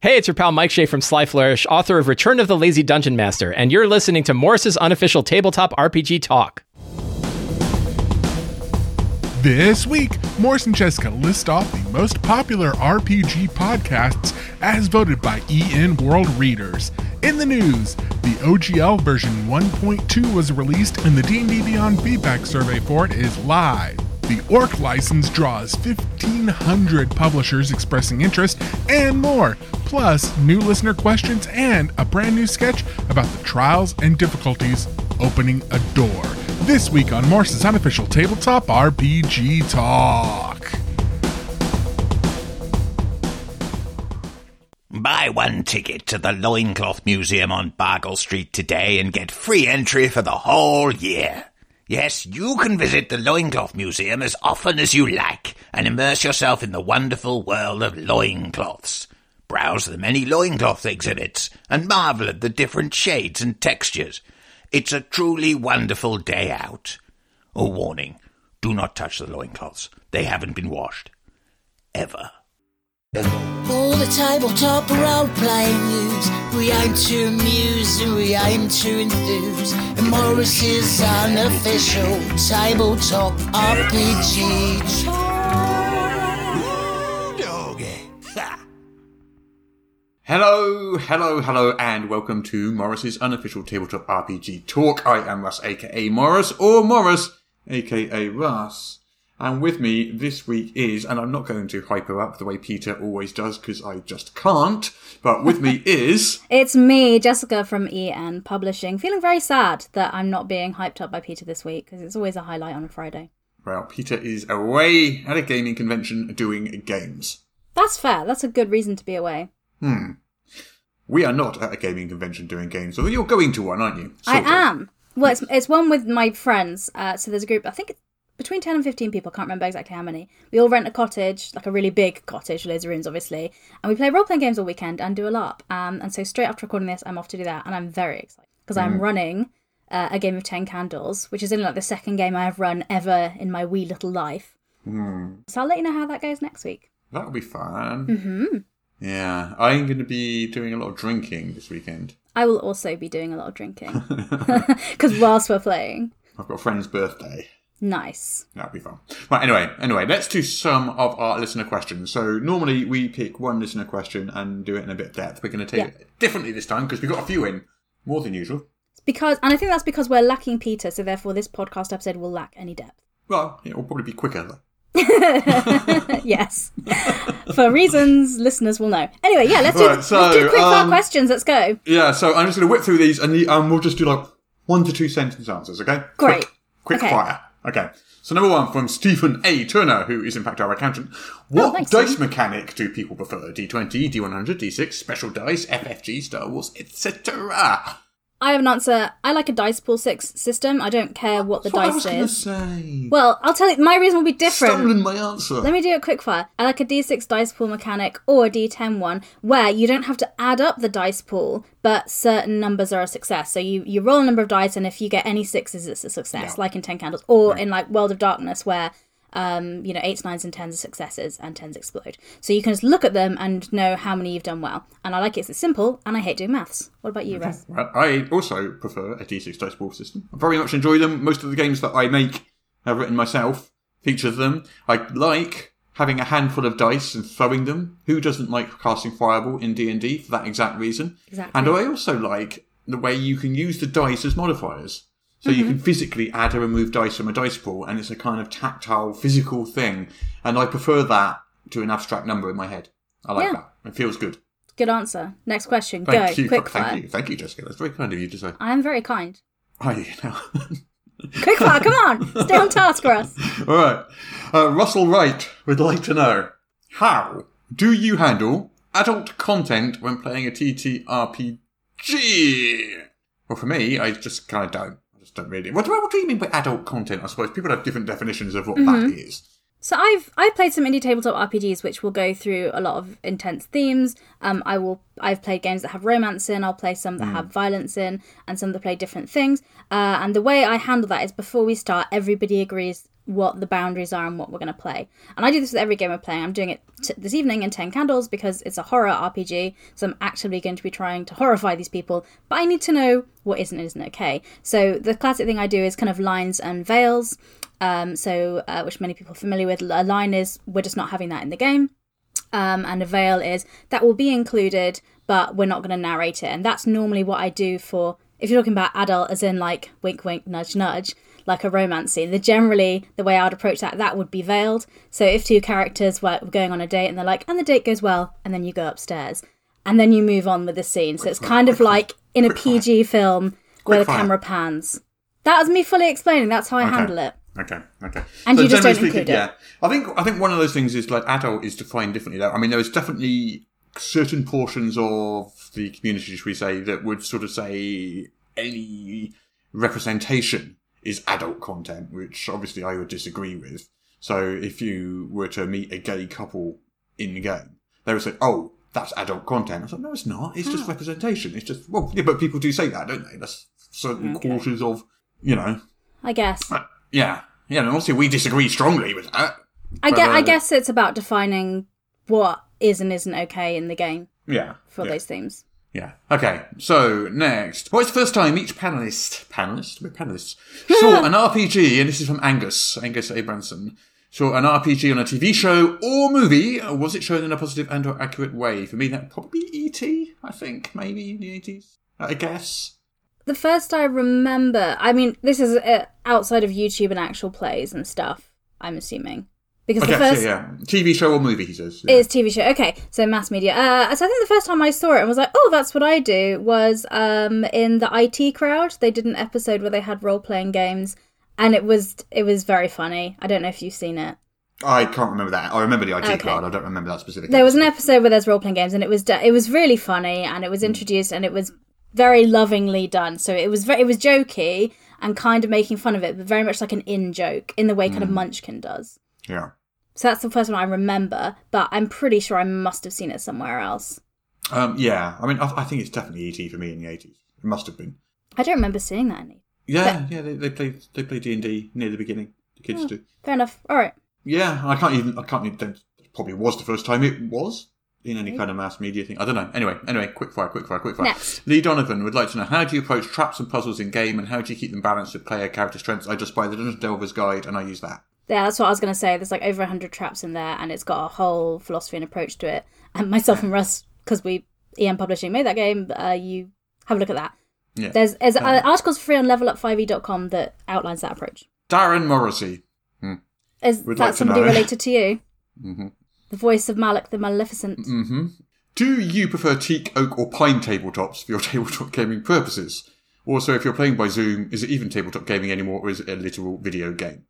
Hey, it's your pal Mike Shea from Sly Flourish, author of Return of the Lazy Dungeon Master, and you're listening to Morris's unofficial tabletop RPG talk. This week, Morris and Jessica list off the most popular RPG podcasts as voted by EN World readers. In the news, the OGL version 1.2 was released and the D&D Beyond feedback survey for it is live. The Orc license draws 1,500 publishers expressing interest and more, plus new listener questions and a brand new sketch about the trials and difficulties opening a door this week on Morse's unofficial tabletop RPG talk. Buy one ticket to the Loincloth Museum on Bargle Street today and get free entry for the whole year. Yes, you can visit the Loincloth Museum as often as you like and immerse yourself in the wonderful world of loincloths. Browse the many loincloth exhibits and marvel at the different shades and textures. It's a truly wonderful day out. A warning do not touch the loincloths. They haven't been washed. Ever. All the tabletop role playing news. We aim to amuse and we aim to enthuse. And Morris is unofficial tabletop RPG. Doggy. Ha! Hello, hello, hello, and welcome to Morris's unofficial tabletop RPG talk. I am Russ, aka Morris, or Morris, aka Russ. And with me this week is, and I'm not going to hyper up the way Peter always does because I just can't, but with me is, It's me, Jessica from EN Publishing, feeling very sad that I'm not being hyped up by Peter this week because it's always a highlight on a Friday. well, Peter is away at a gaming convention doing games. That's fair. That's a good reason to be away. Hmm. We are not at a gaming convention doing games, although you're going to one, aren't you? I Sort of. am. Well, it's, it's one with my friends. Uh, so there's a group, I think it's between 10 and 15 people, can't remember exactly how many. We all rent a cottage, like a really big cottage, loads of rooms, obviously. And we play role playing games all weekend and do a LARP. Um, and so straight after recording this, I'm off to do that. And I'm very excited because I'm running uh, a game of 10 candles, which is only like the second game I have run ever in my wee little life. So I'll let you know how that goes next week. That'll be fun. Mm-hmm. Yeah, I'm going to be doing a lot of drinking this weekend. I will also be doing a lot of drinking because whilst we're playing, I've got a friend's birthday. nice. That'll be fun. Right, anyway, anyway, let's do some of our listener questions. So normally we pick one listener question and do it in a bit of depth. We're going to take Yeah. it differently this time because we got a few in, more than usual. It's because, and I think that's because we're lacking Peter, so therefore this podcast episode will lack any depth. Well, it will probably be quicker. Though. yes, for reasons listeners will know. Anyway, yeah, let's do Right, let's so, do quick fire um, questions. Let's go. Yeah, so I'm just going to whip through these and the, um, we'll just do like one to two sentence answers, okay? Great. Quick, quick Okay. fire. Okay. So number one from Stephen A. Turner, who is in fact our accountant. What Oh, thanks, dice Stephen. mechanic do people prefer? D20, D100, D6, special dice, FFG, Star Wars, etc. I have an answer. I like a dice pool six system. I don't care what the That's what I dice was gonna is. say. Well, I'll tell you. My reason will be different. Stolen my answer. Let me do a quick fire. I like a d6 dice pool mechanic or a d10 one where you don't have to add up the dice pool, but certain numbers are a success. So you, you roll a number of dice, and if you get any sixes, it's a success, Yeah. like in 10 candles, or in like World of Darkness where. Um, you know, eights, nines, and tens are successes, and tens explode. So you can just look at them and know how many you've done well. And I like it; 'cause it's simple, and I hate doing maths. What about you, Russ? Well, I also prefer a D6 dice pool system. I very much enjoy them. Most of the games that I make, I've written myself, feature them. I like having a handful of dice and throwing them. Who doesn't like casting fireball in D and D for that exact reason? Exactly. And I also like the way you can use the dice as modifiers. So you can physically add or remove dice from a dice pool, and it's a kind of tactile, physical thing. And I prefer that to an abstract number in my head. I like Yeah. that. It feels good. Good answer. Next question. Thank Go you. quick fire. thank you. Thank you, Jessica. That's very kind of you to say. I am very kind. Are you now? Quick fire. come on, stay on task, Russ. All right. Uh, Russell Wright would like to know how do you handle adult content when playing a TTRPG? Well, for me, I just kind of don't. I just don't really. What do, what do you mean by adult content? I suppose people have different definitions of what that Mm-hmm. is. So I've I've played some indie tabletop RPGs which will go through a lot of intense themes. Um, I will I've played games that have romance in. I'll play some that have violence in, and some that play different things. Uh, and the way I handle that is before we start, everybody agrees what the boundaries are and what we're going to play. And I do this with every game we're playing. I'm doing it t- this evening in Ten Candles because it's a horror RPG, so I'm actively going to be trying to horrify these people. But I need to know what isn't and isn't okay. So the classic thing I do is kind of lines and veils. Um, so uh, which many people are familiar with. A line is we're just not having that in the game um, and a veil is that will be included, but we're not going to narrate it. And that's normally what I do for if you're talking about adult, as in like wink, wink, nudge, nudge, like a romance scene. The generally the way I would approach that that would be veiled. So if two characters were going on a date and they're like, and the date goes well, and then you go upstairs, and then you move on with the scene. So it's kind of like in a PG film where the Quickfire. camera pans. That was me fully explaining. That's how I handle it. Okay, okay. And you just generally don't include it. Yeah, I think I think one of those things is like adult is defined differently. Though I mean, there is definitely certain portions of the community, should we say, that would sort of say any representation is adult content, which obviously I would disagree with. So if you were to meet a gay couple in the game, they would say, "Oh, that's adult content." I was like, "No, it's not. It's Ah. just representation. It's just well, yeah, but people do say that, don't they? That's Mm, certain quarters of you know." I guess. Uh, yeah, yeah. And obviously, we disagree strongly with that. I guess, I uh, guess it's about defining what is and isn't okay in the game Yeah. for yeah, those themes. Yeah. Okay. So next, well, it's the first time each panelist, panelist, we're panelists, saw an RPG, and this is from Angus, Angus Abramson. Saw an RPG on a TV show or movie. uh, Was it shown in a positive and/or accurate way? For me, that probably ET. I think maybe in the eighties. I guess. The first I remember, I mean, this is uh, outside of YouTube and actual plays and stuff. I'm assuming because Okay. the first yeah, yeah. TV show or movie. He says. Yeah. is TV show. Okay, so mass media. Uh, so I think the first time I saw it and was like, oh, that's what I do was um in the IT crowd. They did an episode where they had role playing games, and it was it was very funny. I don't know if you've seen it. I can't remember that. I remember the IT Okay. card. I don't remember that specific. There was an episode. episode where there's role playing games, and it was d it was really funny, and it was introduced, and it was very lovingly done. So it was very, it was jokey and kind of making fun of it, but very much like an in joke in the way kind of Munchkin does. Yeah. So that's the first one I remember, but I'm pretty sure I must have seen it somewhere else. Um, yeah, I mean, I, I think it's definitely ET for me in the eighties. It must have been. I don't remember seeing that. Any. Yeah, yeah, they, they play they play D and D near the beginning. The kids do. Fair enough. All right. Yeah, and I can't even. I can't even. Don't, it probably was the first time it was in any kind of mass media thing. I don't know. Anyway, anyway, quick fire, quick fire, quick fire. Next. Lee Donovan would like to know how do you approach traps and puzzles in game, and how do you keep them balanced with player character strengths? I just buy the Dungeon Delver's Guide, and I use that. Yeah, that's what I was going to say. There's like over 100 traps in there, and it's got a whole philosophy and approach to it. And myself and Russ, because we, EM Publishing, made that game, uh, you have a look at that. Yeah. Um, There's, there's uh, articles free on levelup5e.com e that outlines that approach. Darren Morrissey. Is We'd that like to somebody know. related to you? Mm-hmm. The voice of Malik the Maleficent. Do you prefer teak, oak, or pine tabletops for your tabletop gaming purposes? Also, if you're playing by Zoom, is it even tabletop gaming anymore, or is it a literal video game?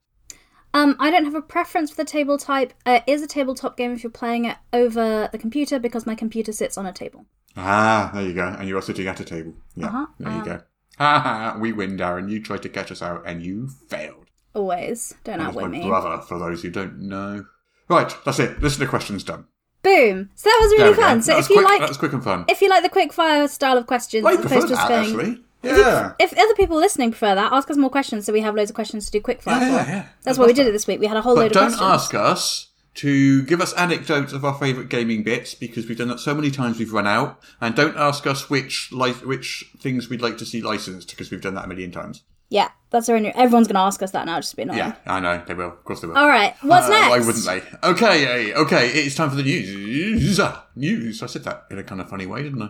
Um, I don't have a preference for the table type. Uh, it is a tabletop game if you're playing it over the computer because my computer sits on a table. Ah, there you go. And you are sitting at a table. Yeah, Uh-huh. there you go. Ha ha! We win, Darren. You tried to catch us out, and you failed. Always. Don't That's my outwit me. brother, for those who don't know. Right, that's it. Listen to questions done. Boom. So that was There really we go. fun. So That was if you quick- like that was quick and fun. if you like the quick fire style of questions I as prefer opposed to that just going- actually. Yeah. If other people listening prefer that, ask us more questions so we have loads of questions to do quick fire. Yeah, for. yeah. That's why we did it this week. We had a whole But load don't of questions. ask us to give us anecdotes of our favourite gaming bits because we've done that so many times we've run out. And don't ask us which li- which things we'd like to see licensed because we've done that a million times. Yeah, that's our new. Everyone's going to ask us that now. Just to be annoying. Yeah, I know they will. Of course they will. All right. What's Uh, next? Why wouldn't they? Okay, eh, okay. It's time for the news. News. I said that in a kind of funny way, didn't I?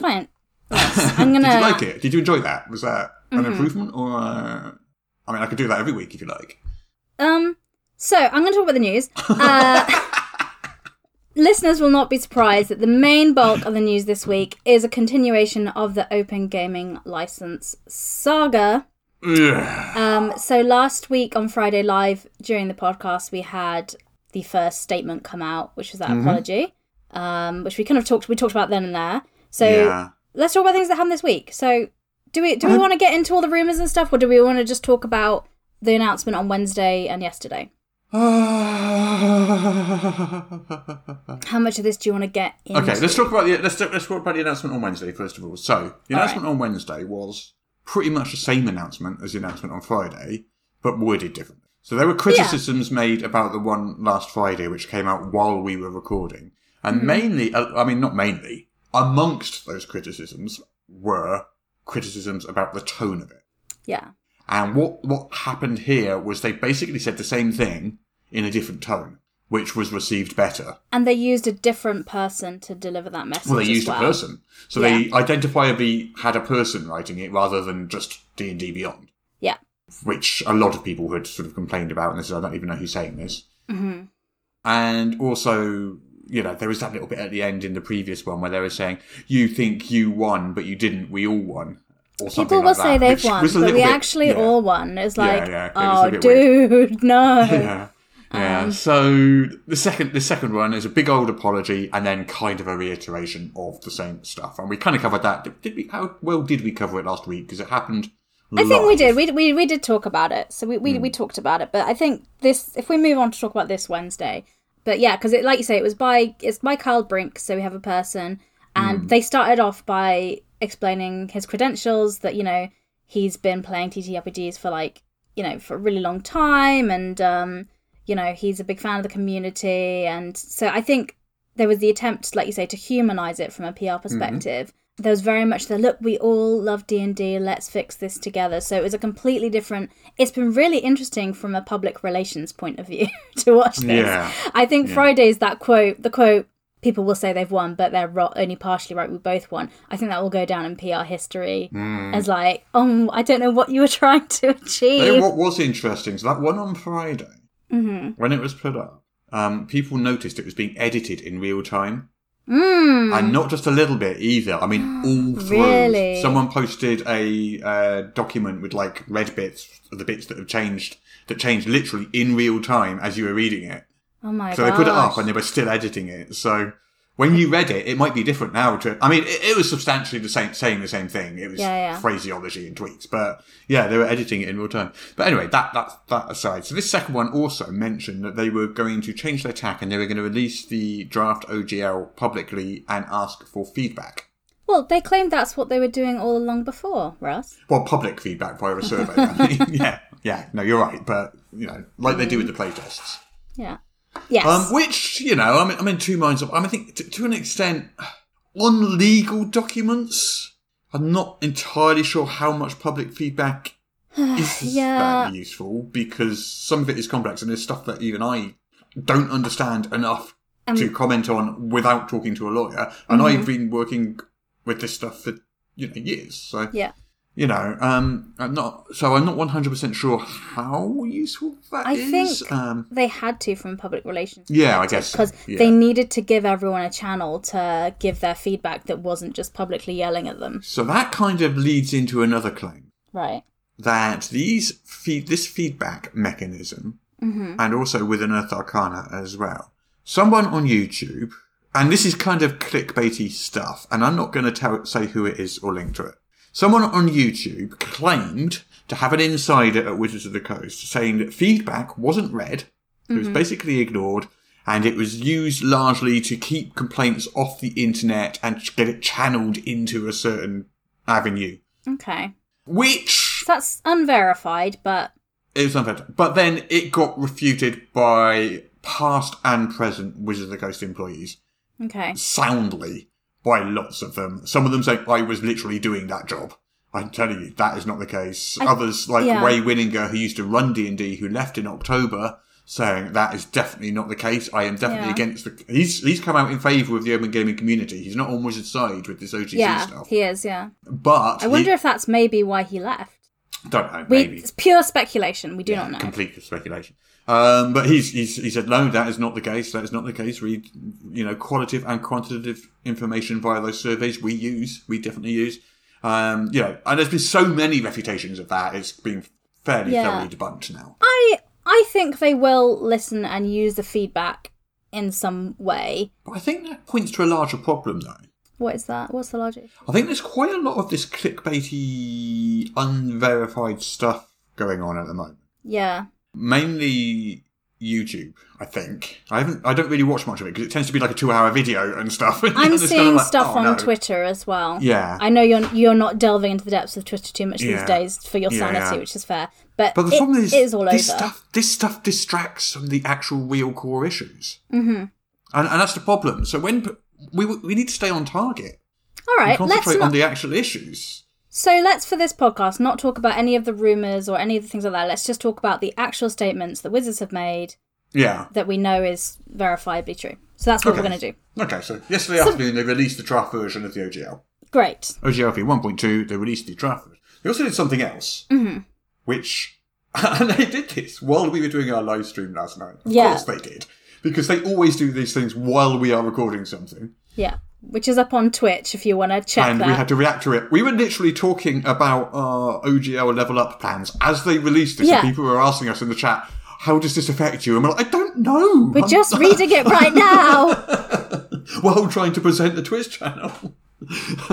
fine. Yes, I'm gonna. Mm-hmm. Did you like it? Did you enjoy that? Was that an improvement or? Uh, I mean, I could do that every week if you like. Um, so I'm going to talk about the news. Uh, listeners will not be surprised that the main bulk of the news this week is a continuation of the Open Gaming License saga. um, so last week on Friday Live during the podcast, we had the first statement come out, which was that Mm-hmm. apology, um, which we kind of talked we talked about then and there. So Yeah. Uh-huh. let's talk about things that happened this week. So, do we do we want to get into all the rumors and stuff, or do we want to just talk about the announcement on Wednesday and yesterday? How much of this do you want to get into? Okay, let's talk about the let's talk, let's talk about the announcement on Wednesday first of all. So the announcement on Wednesday was pretty much the same announcement as the announcement on Friday, but worded differently. So there were criticisms made about the one last Friday, which came out while we were recording. And mainly, uh, I mean, not mainly, amongst those criticisms were criticisms about the tone of it. Yeah. And what, what happened here was they basically said the same thing in a different tone, which was received better. And they used a different person to deliver that message. Well, they as used a well. person. So they identifiably had a person writing it rather than just D&D Beyond. Yeah. which a lot of people had sort of complained about, and they said, I don't even know who's saying this. Mm-hmm. And also, you know, there was that little bit at the end in the previous one where they were saying, You think you won, but you didn't, we all won. Or something People will like say that, they've which won, was a but little we bit- actually yeah. all won. It's Yeah, like, yeah, it was a oh, bit weird. dude, no. Yeah. Yeah. Um, so the second the second one is a big old apology and then kind of a reiteration of the same stuff. And we kind of covered that. Did, did we how well did we cover it last week because it happened I think we live. did. We, we, we did talk about it. So we, we, we talked about it. But I think this, if we move on to talk about this Wednesday, but yeah, because like you say, it was by it's by Carl Brink. So we have a person, and they started off by explaining his credentials. That you know he's been playing TTRPGs for like you know for a really long time, and um, you know he's a big fan of the community, and so I think there was the attempt, like you say, to humanize it from a Mm-hmm. PR perspective. There was very much the look. We all love D and D. Let's fix this together. So it was a completely different. It's been really interesting from a public relations point of view to watch this. Yeah. I think Friday's that quote. The quote people will say they've won, but they're ro- only partially right. We both won. I think that will go down in PR history Mm. as like, um, I don't know what you were trying to Though achieve. what was interesting is that one on Friday, when it was put up, um, people noticed it was being edited in real time. Mm. And not just a little bit either. I mean, all through. Really? Someone posted a uh, document with like red bits, the bits that have changed, that changed literally in real time as you were reading it. oh my god! So they put it up and they were still editing it. So when you read it, it might be different now. To I mean, it, it was substantially the same, saying the same thing. It was Yeah, yeah. phraseology and tweaks, but yeah, they were editing it in real time. But anyway, that that that aside. So this second one also mentioned that they were going to change their tack and they were going to release the draft OGL publicly and ask for feedback. well, they claimed that's what they were doing all along before, Russ. Well, public feedback via a survey. I mean, yeah, yeah. No, you're right, but you know, like they do with the playtests. Yeah. Yes. Um, which you know, I'm, I'm in two minds. Of, I, mean, I think to, to an extent, on legal documents, I'm not entirely sure how much public feedback is Yeah. that useful because some of it is complex and there's stuff that even I don't understand enough Um, to comment on without talking to a lawyer. And Mm-hmm. I've been working with this stuff for you know years, so yeah. you know, um, I'm not. So I'm not 100 percent sure how useful that I is. think um, they had to from a public relations. Yeah, I guess, because yeah. they needed to give everyone a channel to give their feedback that wasn't just publicly yelling at them. So that kind of leads into another claim Right. that these feed this feedback mechanism, and also with an Earth Arcana as well. Someone on YouTube, and this is kind of clickbaity stuff, and I'm not going to tell say who it is or link to it. Someone on YouTube claimed to have an insider at Wizards of the Coast saying that feedback wasn't read, it was basically ignored, and it was used largely to keep complaints off the internet and ch- get it channeled into a certain avenue. Okay. Which So that's unverified, but it was unfair. But then it got refuted by past and present Wizards of the Coast employees okay. soundly by lots of them. Some of them saying, I was literally doing that job. I'm telling you, that is not the case. I- Others, like yeah. Ray Winninger, who used to run D&D, who left in October, saying that is definitely not the case. I am definitely Yeah. against the... He's, he's come out in favour of the open gaming community. He's not on Wizard's side with this OGC yeah, stuff. he is. Yeah. But I wonder he- if that's maybe why he left. Don't know, We, maybe. It's pure speculation. We do not know. Complete speculation. Um, but he's, he's he said no, that is not the case. That is not the case. We, you know, qualitative and quantitative information via those surveys we use. We definitely use. Um, you know, and there's been so many refutations of that. It's been fairly Yeah. thoroughly debunked now. I I think they will listen and use the feedback in some way. But I think that points to a larger problem, though. What is that? What's the logic? I think there's quite a lot of this clickbaity, unverified stuff going on at the moment. Yeah. mainly YouTube. I think I haven't. I don't really watch much of it because it tends to be like a two-hour video and stuff. And I'm it's kinda seeing like, stuff oh, on no. Twitter as well. Yeah. I know you're you're not delving into the depths of Twitter too much Yeah. these days for your Yeah, sanity, yeah. which is fair. But, But the it- problem is, it is all over. this stuff. This stuff distracts from the actual real core issues, mm-hmm. and and that's the problem. So when p- we we need to stay on target, all and right, let's concentrate not. on the actual issues. So let's for this podcast not talk about any of the rumors or any of the things like that. Let's just talk about the actual statements that wizards have made Yeah. that we know is verifiably true. So that's what we're Okay. going to do. Okay. So yesterday afternoon they released the draft version of the OGL. Great. OGL 1.2. They released the draft version. They also did something else, mm-hmm. which and they did this while we were doing our live stream last night. Of Yeah. course they did because they always do these things while we are recording something. Yeah, which is up on Twitch if you want to check and that. we had to react to it. We were literally talking about our OGL level up plans as they released this. Yeah. And people were asking us in the chat, "How does this affect you?" And we're like, "I don't know." We're I'm- just reading it right now. while trying to present the Twitch channel.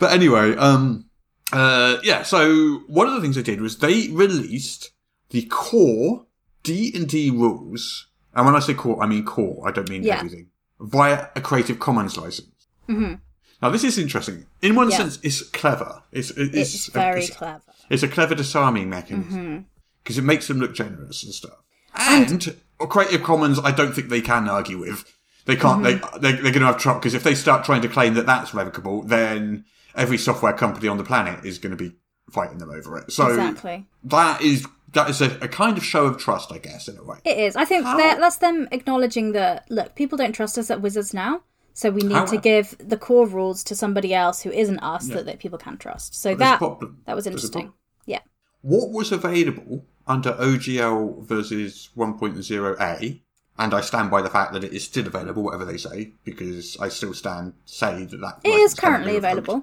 but anyway, um, uh, yeah. So one of the things they did was they released the core D and D rules, and when I say core, I mean core. I don't mean Yeah. Mm-hmm. everything via a Creative Commons license. Now this is interesting. In one Yeah. sense, it's clever. It's it's, It's, very it's- clever. it's a clever disarming Mm-hmm. mechanism because it makes them look generous and stuff. And Creative Commons, I don't think they can argue with. They can't. Mm-hmm. They they're, they're going to have trouble because if they start trying to claim that that's revocable, then every software company on the planet is going to be fighting them over it. So Exactly. that is that is a, a kind of show of trust, I guess, in a way. It is. I think How- that that's them acknowledging that look, people don't trust us at Wizards now, so we need How- to give the core rules to somebody else who isn't us that, that people can trust. So But there's a that problem. that was There's a interesting. problem. Yeah. What was available under OGL versus 1.0a, and I stand by the fact that it is still available, whatever they say, because I still stand say that that It is license cannot currently be revoked, available. uh,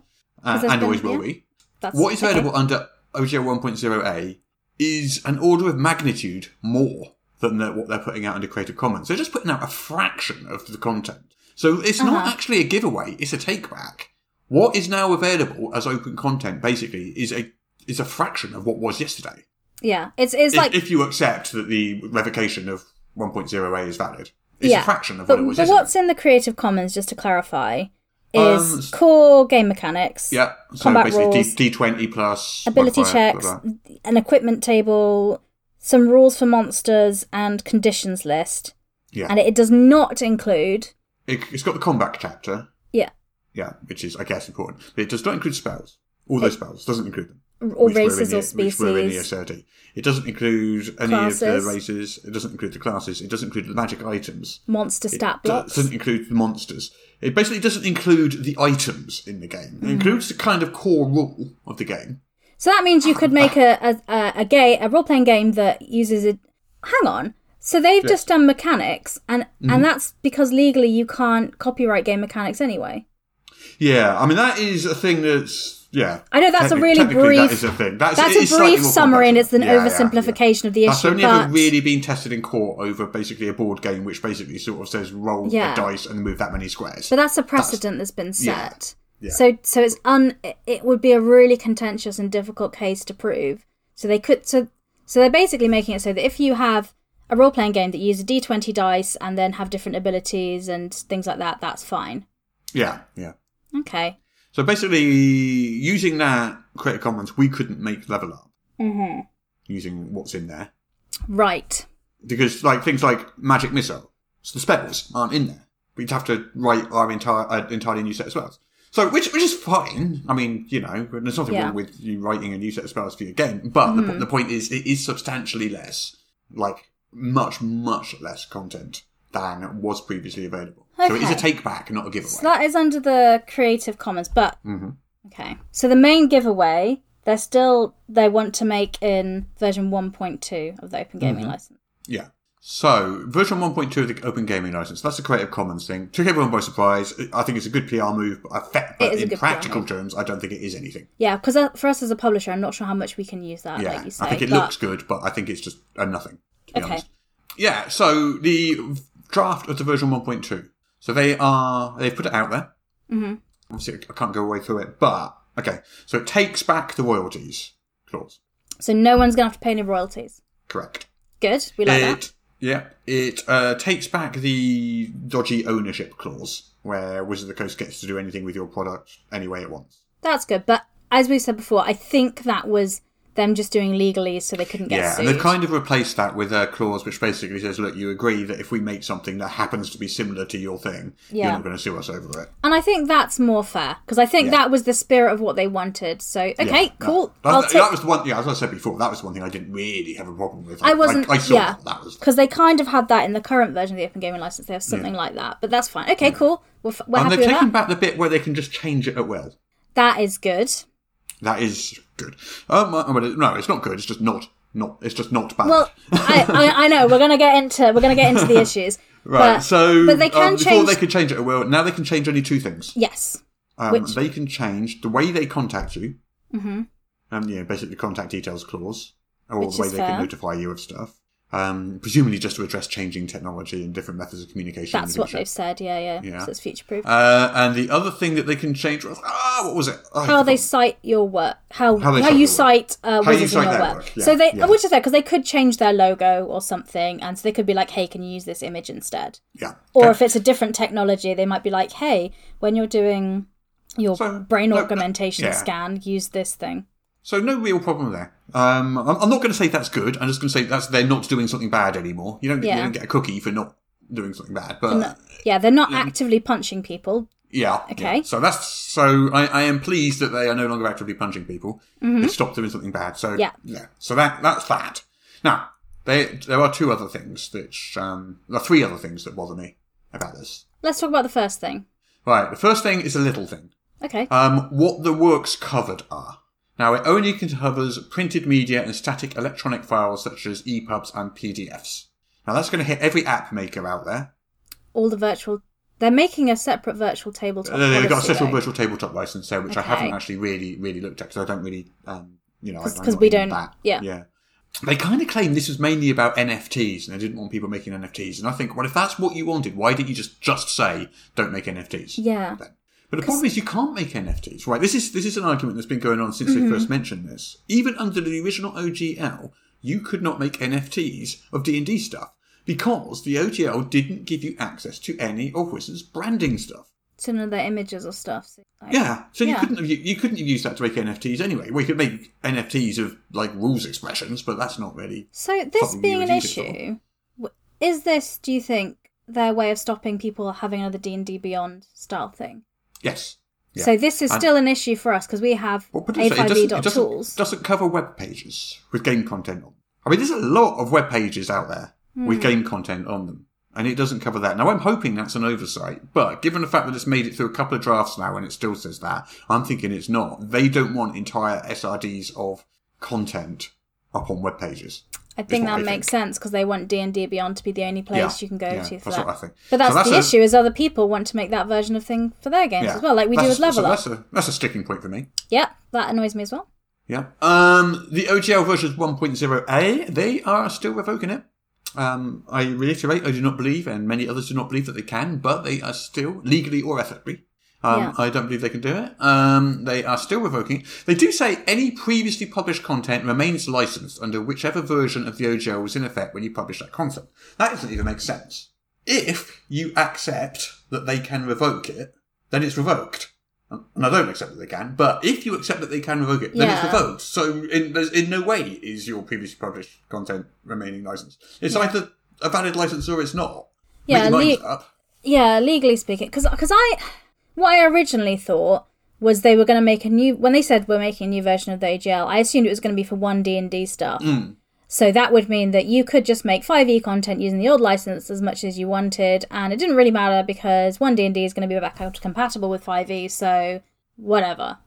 'cause there's and been- always will yeah. be. That's What is okay. available under OGL 1.0a is an order of magnitude more than the, what they're putting out under Creative Commons. They're just putting out a fraction of the content. So it's not Uh-huh. actually a giveaway, it's a take back. What is now available as open content basically is a is a fraction of what was yesterday. Yeah. It's it's If, like if you accept that the revocation of 1.0a is valid. It's yeah. a fraction of but, what it was but yesterday. what's in the Creative Commons, just to clarify, is Um, s- core game mechanics. yeah, so combat basically rules. D, D20 plus ability modifier, checks, blah, blah. an equipment table, some rules for monsters, and conditions list. Yeah. And it does not include. It, it's got the combat chapter, Yeah. Yeah, which is, I guess, important. But it does not include spells. All those spells doesn't include them. Oh. Or Which were in races the- or Which were in the species. SRD. It doesn't include any of Classes. the races. It doesn't include the classes. It doesn't include the magic items. Monster stat it blocks. doesn't include the monsters. It basically doesn't include the items in the game. It Mm. includes the kind of core rule of the game. So that means you could make a a, a, a game, a role playing game that uses a. Hang on. So they've just done mechanics, and Mm-hmm. and that's because legally you can't copyright game mechanics anyway. Yeah, I mean that is a thing that's yeah. I know that's a Technic- really technically brief. That is a thing. That's, that's it is a slightly brief more summary, and complex. it's an Yeah, yeah, yeah. oversimplification of the issue. That's only but ever really been tested in court over basically a board game, which basically sort of says roll Yeah. a dice and move that many squares. But that's a precedent that's been yeah, set. yeah. So so it's un it would be a really contentious and difficult case to prove. So they could so so they're basically making it so that if you have a role playing game that uses D twenty dice and then have different abilities and things like that, that's fine. yeah, yeah. Okay. So basically, using that Creative Commons, we couldn't make level up Mm-hmm. using what's in there Right. because like things like magic missile, so the spells aren't in there. We'd have to write our entire uh, entirely new set of spells. So which which is fine. I mean, you know, there's nothing Yeah. Hmm. wrong with you writing a new set of spells for your game. But the, the point is, it is substantially less, like much much less content than was previously available. So it is a Okay. take back, not a giveaway. So that is under the Creative Commons, but Mhm. okay. So the main giveaway they're still they want to make in version one point two of the Open Mm-hmm. Gaming License. Yeah. So, version 1.2 of the Open Gaming License, that's a Creative Commons thing. Took everyone by surprise. I think it's a good PR move, but, I fe- but It is a in good PR practical move. terms, I don't think it is anything. Yeah, because for us as a publisher, I'm not sure how much we can use that. yeah. uh, like you say, I think it but- looks good, but I think it's just a nothing, to be Okay. honest. Yeah, so the v- draft of the version 1.2. So they are, they've put it out there. Mm-hmm. Obviously, I can't go away through it, but, okay. So it takes back the royalties clause. So no one's gonna have to pay any royalties. Correct. Good, we it like that. Yeah, it uh, takes back the dodgy ownership clause, where Wizard of the Coast gets to do anything with your product any way it wants. That's good. But as we said before, I think that was them just doing legalese so they couldn't get yeah, sued. and they've kind of replaced that with a clause which basically says, look, you agree that if we make something that happens to be similar to your thing, you're Yeah. not going to sue us over it. And I think that's more fair because I think Yeah. that was the spirit of what they wanted. So okay, Yeah, cool. That, I'll that- take- that was the one, yeah, as I said before, that was one thing I didn't really have a problem with. I wasn't. I, saw yeah, that. that was because they kind of had that in the current version of the Open Gaming License. They have something like that, but that's fine. Okay, cool. We're, f- we're and happy they've with taken that. back the bit where they can just change it at will. that is good. That is good. Um, I- I mean, no, it's not good. It's just not, not. It's just not bad. Well, I, I, I know we're gonna get into we're gonna get into the issues. right. but, so, but they can um, before change. they could change it at will. Now they can change only two things. yes, Um, Which- They can change the way they contact you. Mm-hmm. Um, you know, basically the contact details clause, or Which the way is they fair. can notify you of stuff. Um, presumably just to address changing technology and different methods of communication. in that's the what future. they've said. Yeah, yeah. Yeah. So it's future proof. Uh, and the other thing that they can change was ah, what was it? Oh, I how they forgot. cite your work, how How how, they cite your you work. cite uh, How you wizards cite in your their work. work, yeah, So they, yeah. which is fair, because they could change their logo or something, and so they could be like, "Hey, can you use this image instead?" yeah. Or Okay. if it's a different technology, they might be like, "Hey, when you're doing your So, brain no, augmentation yeah. scan, use this thing." So no real problem there. Um, I'm, I'm not going to say that's good. I'm just going to say that's they're not doing something bad anymore. You don't, you Yeah. don't get a cookie for not doing something bad. But Yeah, they're not actively punching people. yeah, Okay. yeah. So that's so I, I am pleased that they are no longer actively punching people. They stopped doing something bad. So Mm-hmm. Yeah. So that that's that. Now they, there are two other things that um, there are three other things that bother me about this. Let's talk about the first thing. Right. The first thing is a little thing. Okay. Um, what the works covered are. Now, it only covers printed media and static electronic files such as E EPUBs and PDFs. Now, that's going to hit every app maker out there. All the virtual. They're making a separate virtual tabletop. They've got a policy, special though. virtual tabletop license there, which I Okay. haven't actually really, really looked at because I don't really, um, you know, I- 'Cause- I'm 'cause not we into don't- That. yeah. Yeah. They kind of claim this was mainly about NFTs and they didn't want people making NFTs. And I think, well, if that's what you wanted, why didn't you just, just say, don't make NFTs? Yeah. then. But the problem is you can't make NFTs, right? This is this is an argument that's been going on since Mm-hmm. they first mentioned this. Even under the original OGL, you could not make NFTs of D and D stuff because the OGL didn't give you access to any of Wizards branding stuff. So none of their images or stuff. So, like- Yeah, so you Yeah. couldn't have, you, you couldn't have used that to make NFTs anyway. We could make NFTs of like rules expressions, but that's not really So this something being you an would use it for. issue, w- is this? Do you think their way of stopping people having another D and D Beyond style thing? yes. Yeah. So this is And- still an issue for us because we have Well, put it this way, it doesn't, it a5e.tools. doesn't, tools. doesn't cover web pages with game content on. I mean, there's a lot of web pages out there Hmm. with game content on them, and it doesn't cover that. Now, I'm hoping that's an oversight, but given the fact that it's made it through a couple of drafts now and it still says that, I'm thinking it's not. They don't want entire SRDs of content up on web pages. I think what that I makes think. sense because they want D and D Beyond to be the only place Yeah, you can go yeah, to for that's that. what I think. But that's, So that's the a- issue is other people want to make that version of thing for their games Yeah. as well, like we do That's- with Level so Up. That's a, that's a sticking point for me. Yeah, that annoys me as well. Yeah. Um, the OGL versions 1.0a, they are still revoking it. Um, I reiterate, I do not believe, and many others do not believe that they can, but they are still legally or ethically. Um, Yeah. I don't believe they can do it. Um, they are still revoking it. They do say any previously published content remains licensed under whichever version of the OGL was in effect when you publish that content. That doesn't even make sense. If you accept that they can revoke it, then it's revoked. And I don't accept that they can, but if you accept that they can revoke it, then it's Yeah. revoked. So in, there's, in no way is your previously published content remaining licensed. It's either a valid license or it's not. Make Yeah, your minds le- up. Yeah, legally speaking, because I what I originally thought was they were going to make a new when they said we're making a new version of the OGL. I assumed it was going to be for one D and D stuff. Hmm. So that would mean that you could just make 5e content using the old license as much as you wanted, and it didn't really matter because one D and D is going to be back compatible with 5e. So whatever.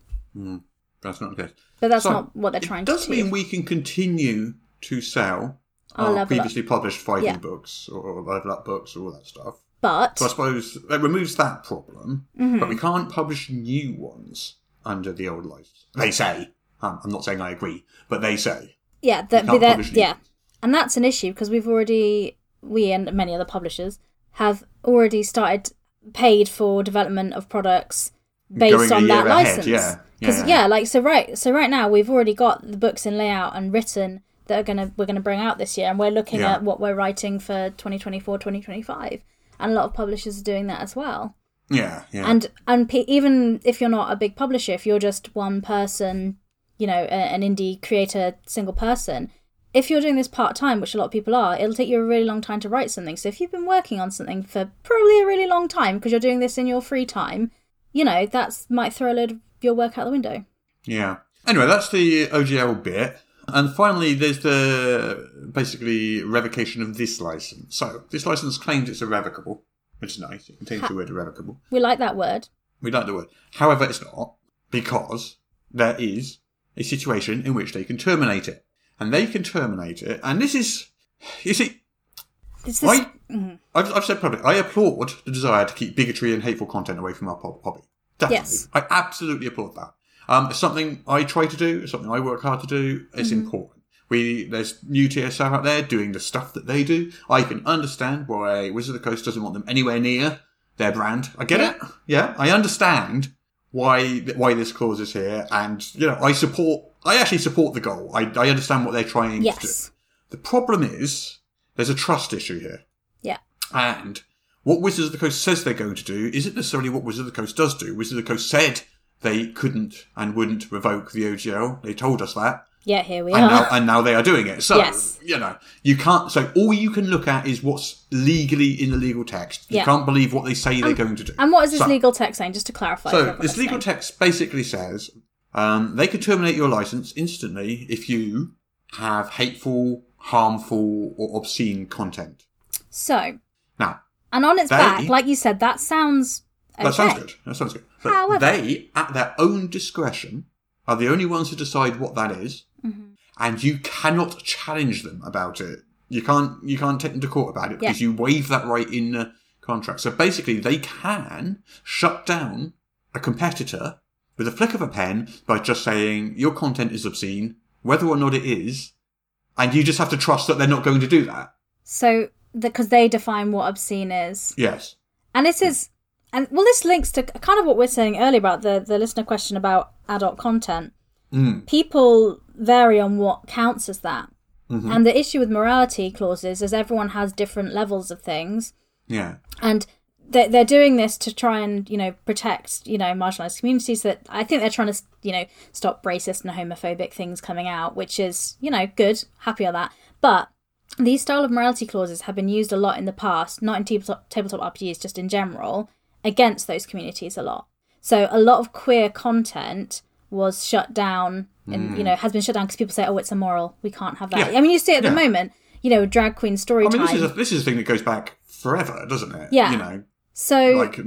That's not good. But that's So, not what they're trying It to does do. mean we can continue to sell Our Level our Up. previously published 5e Yeah. books or level up books or all that stuff. but So I suppose that removes that problem, but we can't publish new ones under the old license. They say. Um, I'm not saying I agree, but they say. yeah, that can't but that- publish new yeah, ones. and that's an issue because we've already we and many other publishers have already started paid for development of products based Going a on that year ahead, license. yeah. Because Yeah. yeah, like so right so right now we've already got the books in layout and written that are gonna we're gonna bring out this year, and we're looking Yeah. at what we're writing for 2024, 2025, and a lot of publishers are doing that as well. Yeah, yeah. And and pe- even if you're not a big publisher, if you're just one person, you know, a- an indie creator, single person, if you're doing this part time, which a lot of people are, it'll take you a really long time to write something. So if you've been working on something for probably a really long time because you're doing this in your free time, you know, that's might throw a load of your work out the window. Yeah. Anyway, that's the OGL bit. And finally, there's the basically revocation of this license. So, this license claims it's irrevocable, which is nice. It contains the word irrevocable. We like that word. We like the word. However, it's not, because there is a situation in which they can terminate it. And they can terminate it. And this is, you see, It's this, I, I've, I've said publicly, I applaud the desire to keep bigotry and hateful content away from our po- hobby. Definitely. Yes. I absolutely applaud that. Um, it's something I try to do. It's something I work hard to do. It's Mm-hmm. important. We There's new TSR out there doing the stuff that they do. I can understand why Wizard of the Coast doesn't want them anywhere near their brand. I get it. Yeah, I understand why why this cause is here. And, you know, I support, I actually support the goal. I, I understand what they're trying to do. yes. The problem is there's a trust issue here. Yeah. And what Wizards of the Coast says they're going to do isn't necessarily what Wizards of the Coast does do. Wizards of the Coast said they couldn't and wouldn't revoke the OGL. They told us that. Yeah, here we And, now, are. and now they are doing it. So, Yes. you know, you can't. So, all you can look at is what's legally in the legal text. You Yeah. Um, can't believe what they say they're going to do. And what is this So- legal text saying? Just to clarify. for so everyone this legal listening. text basically says um, they could terminate your license instantly if you have hateful, harmful, or obscene content. So, Now and on its They- back, like you said, that sounds okay. that sounds good. That sounds good. But However- they, at their own discretion, are the only ones who decide what that is, Mm-hmm. and you cannot challenge them about it. You can't. You can't take them to court about it Yeah. because you waive that right in the contract. So basically, they can shut down a competitor with a flick of a pen by just saying your content is obscene, whether or not it is, and you just have to trust that they're not going to do that. So, because they define what obscene is, Yes. and this is, and well, this links to kind of what we're saying earlier about the the listener question about adult content. Mm. People vary on what counts as that, Mm-hmm. and the issue with morality clauses is everyone has different levels of things, Yeah. and they're, they're doing this to try and you know protect you know marginalized communities that i think they're trying to you know stop racist and homophobic things coming out which is you know good happy on that but these style of morality clauses have been used a lot in the past not in tabletop, tabletop rpgs just in general against those communities a lot so a lot of queer content was shut down and you know has been shut down because people say oh it's immoral we can't have that Mm. Yeah. i mean you see it at Yeah. the moment you know drag queen story I mean, time this is a, this is a thing that goes back forever, doesn't it? Yeah. You know, so like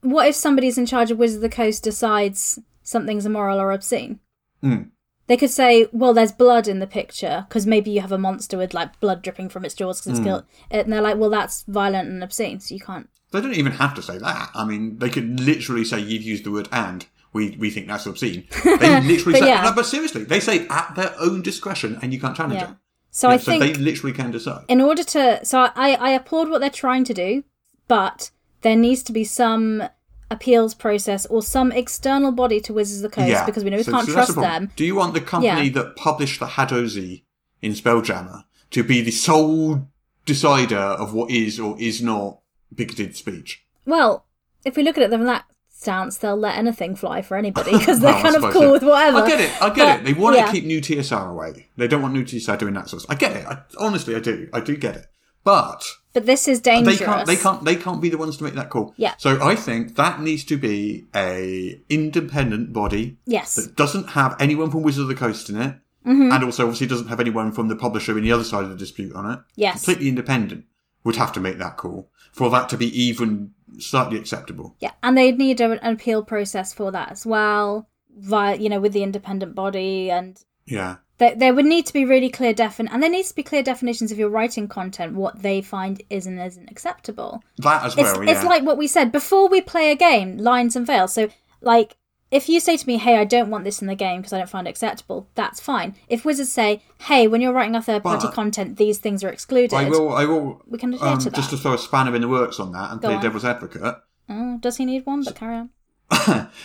what if somebody's in charge of Wizard of the Coast decides something's immoral or obscene? Mm. They could say, well, there's blood in the picture because maybe you have a monster with like blood dripping from its jaws Hmm. because it's killed. And they're like, well, that's violent and obscene, so you can't. They don't even have to say that. I mean, they could literally say, "You've used the word and." We, we think that's obscene. They literally But say, yeah. no, but seriously, they say at their own discretion, and you can't challenge Yeah. it. So Yeah, I think they literally can decide. in order to. So I, I applaud what they're trying to do, but there needs to be some appeals process or some external body to Wizards of the Coast because we know we So- can't so that's the trust problem. them. Do you want the company that published the Hadozi in Spelljammer to be the sole decider of what is or is not bigoted speech? Well, if we look at it from that stance, they'll let anything fly for anybody because they're Well, I kind of suppose cool so. with whatever. I get it. I get But, it. They want yeah. to keep new TSR away. They don't want new TSR doing that sort of. I get it. I, honestly, I do. I do get it. But But this is dangerous. They can't. They can't. They can't be the ones to make that call. Yeah. So I think that needs to be a independent body Yes. that doesn't have anyone from Wizard of the Coast in it, Mm-hmm. and also obviously doesn't have anyone from the publisher in the other side of the dispute on it. Yes. Completely independent would have to make that call for that to be even slightly acceptable. Yeah, and they need a, an appeal process for that as well. Via you know with the independent body and. Yeah. There, there would need to be really clear defin and there needs to be clear definitions if you're writing content what they find is and isn't acceptable. That as it's, well. it's yeah. like what we said before we play a game lines and veils so like if you say to me hey i don't want this in the game because i don't find it acceptable that's fine if wizards say hey when you're writing our third party But- content these things are excluded I will. I will. We can adhere um, to that. just to throw a spanner in the works on that and Go play on. devil's advocate. oh, does he need one but carry on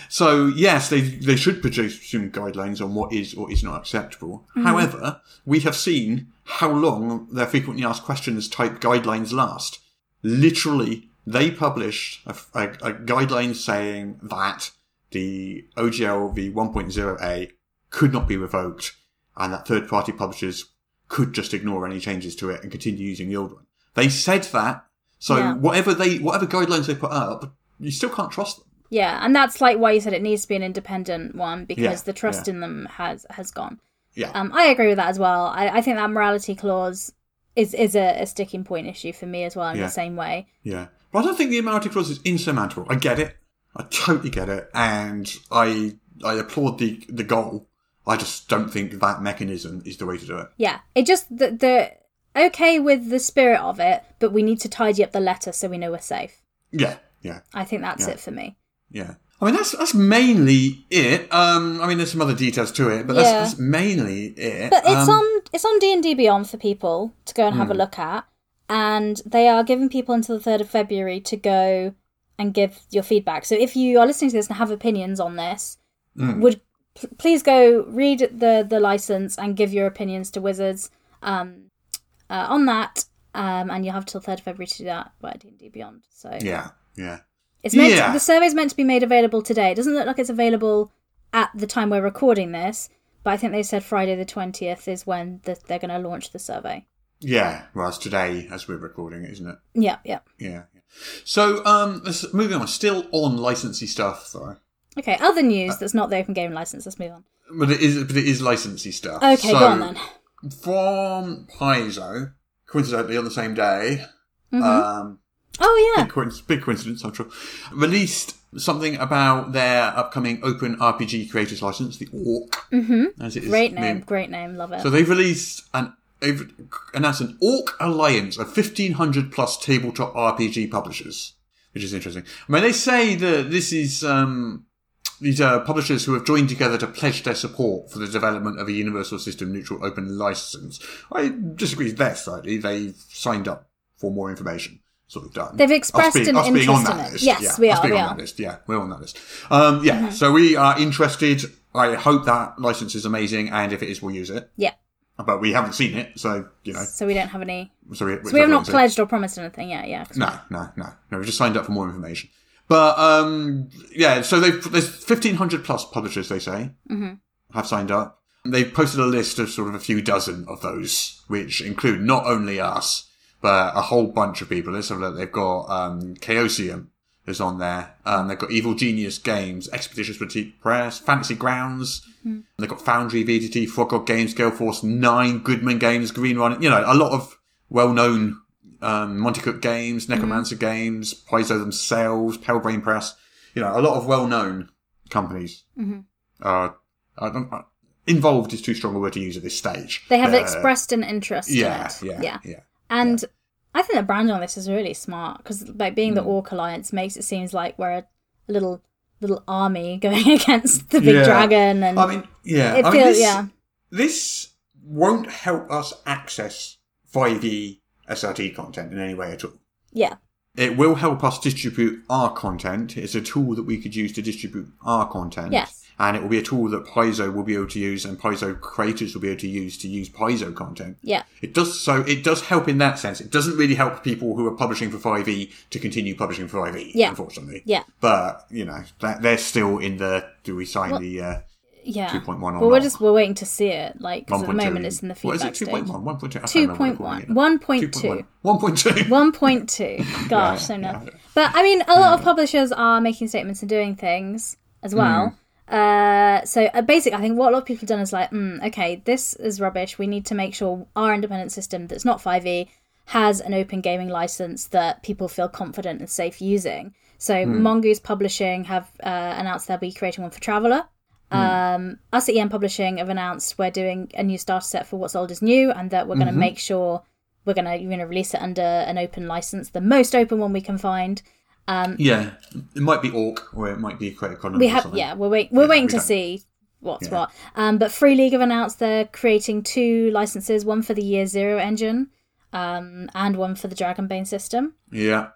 so yes, they they should produce some guidelines on what is or is not acceptable. However, we have seen how long their frequently asked questions type guidelines last. Literally, they published a, a, a guideline saying that the OGLV 1.0a could not be revoked, and that third party publishers could just ignore any changes to it and continue using the old one. They said that, so Yeah. whatever they whatever guidelines they put up, you still can't trust them. Yeah, and that's like why you said it needs to be an independent one because Yeah, the trust yeah. in them has has gone. Yeah. Um, I agree with that as well. I, I think that morality clause is is a, a sticking point issue for me as well in Yeah. the same way. Yeah. But I don't think the immorality clause is insurmountable. I get it. I totally get it. And I I applaud the the goal. I just don't think that mechanism is the way to do it. Yeah, it just the the okay with the spirit of it, but we need to tidy up the letter so we know we're safe. Yeah. Yeah. I think that's Yeah. it for me. Yeah. I mean that's that's mainly it. Um I mean there's some other details to it, but that's, Yeah. that's mainly it. But it's Um, Hmm. on it's on D and D Beyond for people to go and have a look at, and they are giving people until the third of February to go and give your feedback. So if you are listening to this and have opinions on this, Hmm. would p- please go read the the license and give your opinions to Wizards um, uh, on that, um, and you'll have till third of February to do that by D and D Beyond. So Yeah. Yeah. it's meant Yeah. to, the survey's meant to be made available today. It doesn't look like it's available at the time we're recording this, but I think they said Friday the twentieth is when the, they're going to launch the survey. Yeah. Well it's today as we're recording it, isn't it? Yeah, yeah. Yeah. So um let's- moving on. Still on licensee stuff though. Okay, other news that's not the open game license. Let's move on. But it is but it is licensee stuff. Okay, So- go on then. from Paizo, coincidentally on the same day, um, Oh Mm-hmm. yeah, big, coinc- big coincidence, I'm sure, released something about their upcoming open RPG creators license, the Orc, mm-hmm. as it is great name, named. great name, love it. So they've released an they've announced an Orc alliance of 1,500 plus tabletop RPG publishers, which is interesting. I mean, they say that this is um, these are publishers who have joined together to pledge their support for the development of a universal system neutral open license. I disagree with that slightly. They've signed up for more information. Sort of done. They've expressed us being, an us being on interest that in it. List. Yes, yeah, we us are, being we on are. Mm-hmm. that list. Yeah, we're on that list. Um, yeah, so we are interested. I hope that license is amazing, and if it is, we'll use it. yeah. But we haven't seen it, so you know. So we don't have any. So we, So we have not so- pledged or promised anything yet. Yeah. 'cause we- No, no, no, no. We've just signed up for more information. But um, yeah, so they've, there's 1,500 plus publishers. They say have signed up. They've posted a list of sort of a few dozen of those, which include not only us, but a whole bunch of people. Let's have a look. They've got um, Chaosium is on there. Um, they've got Evil Genius Games, Expeditious Boutique Press, Fantasy Grounds. They've got Foundry, VDT, Frog God Games, Gale Force 9, Goodman Games, Green Run. You know, a lot of well-known um, Monty Cook Games, Necromancer Games, Paizo themselves, Pale Brain Press. You know, a lot of well-known companies Mm-hmm. uh, I don't, uh, involved is too strong a word to use at this stage. They have Uh, expressed an interest in Yeah, it. yeah, yeah, yeah. Hmm. And I think the branding on this is really smart because like being the Orc Alliance makes it seems like we're a, a little little army going against the big Yeah. dragon, and I mean, yeah, it I mean, feels this, yeah this won't help us access E 5e SRT content in any way at all. yeah It will help us distribute our content. It's a tool that we could use to distribute our content. Yes. And it will be a tool that Paizo will be able to use and Paizo creators will be able to use to use Paizo content. yeah It does so it does help in that sense. It doesn't really help people who are publishing for 5e to continue publishing for 5e, Yeah. unfortunately. Yeah. But, you know, that, they're still in the do we sign Well, the uh, yeah 2.1 or Well, we're not. just we're waiting to see it. Like 'cause 1.2? at the moment, it's in the What is feedback it? 2.1, 1.2, I can't stage. remember what we're calling it now. 1.2. 1.2. 1.2. Gosh, so no. But I mean, a lot of publishers are making statements and doing things as well. Uh, so uh, basically, I think what a lot of people have done is like, mm, okay, this is rubbish. We need to make sure our independent system that's not 5e has an open gaming license that people feel confident and safe using. So Mongoose Publishing have uh, announced they'll be creating one for Traveller. Um, us at EM Publishing have announced we're doing a new starter set for What's Old is New, and that we're going to make sure we're going to you know release it under an open license, the most open one we can find. Yeah. It might be Orc or it might be Creative Economy. We or have something. yeah, we're wait, we're waiting Oh, we to don't- see what's Yeah. what. Um, but Free League have announced they're creating two licenses, one for the Year Zero engine, um, and one for the Dragonbane system. Yeah.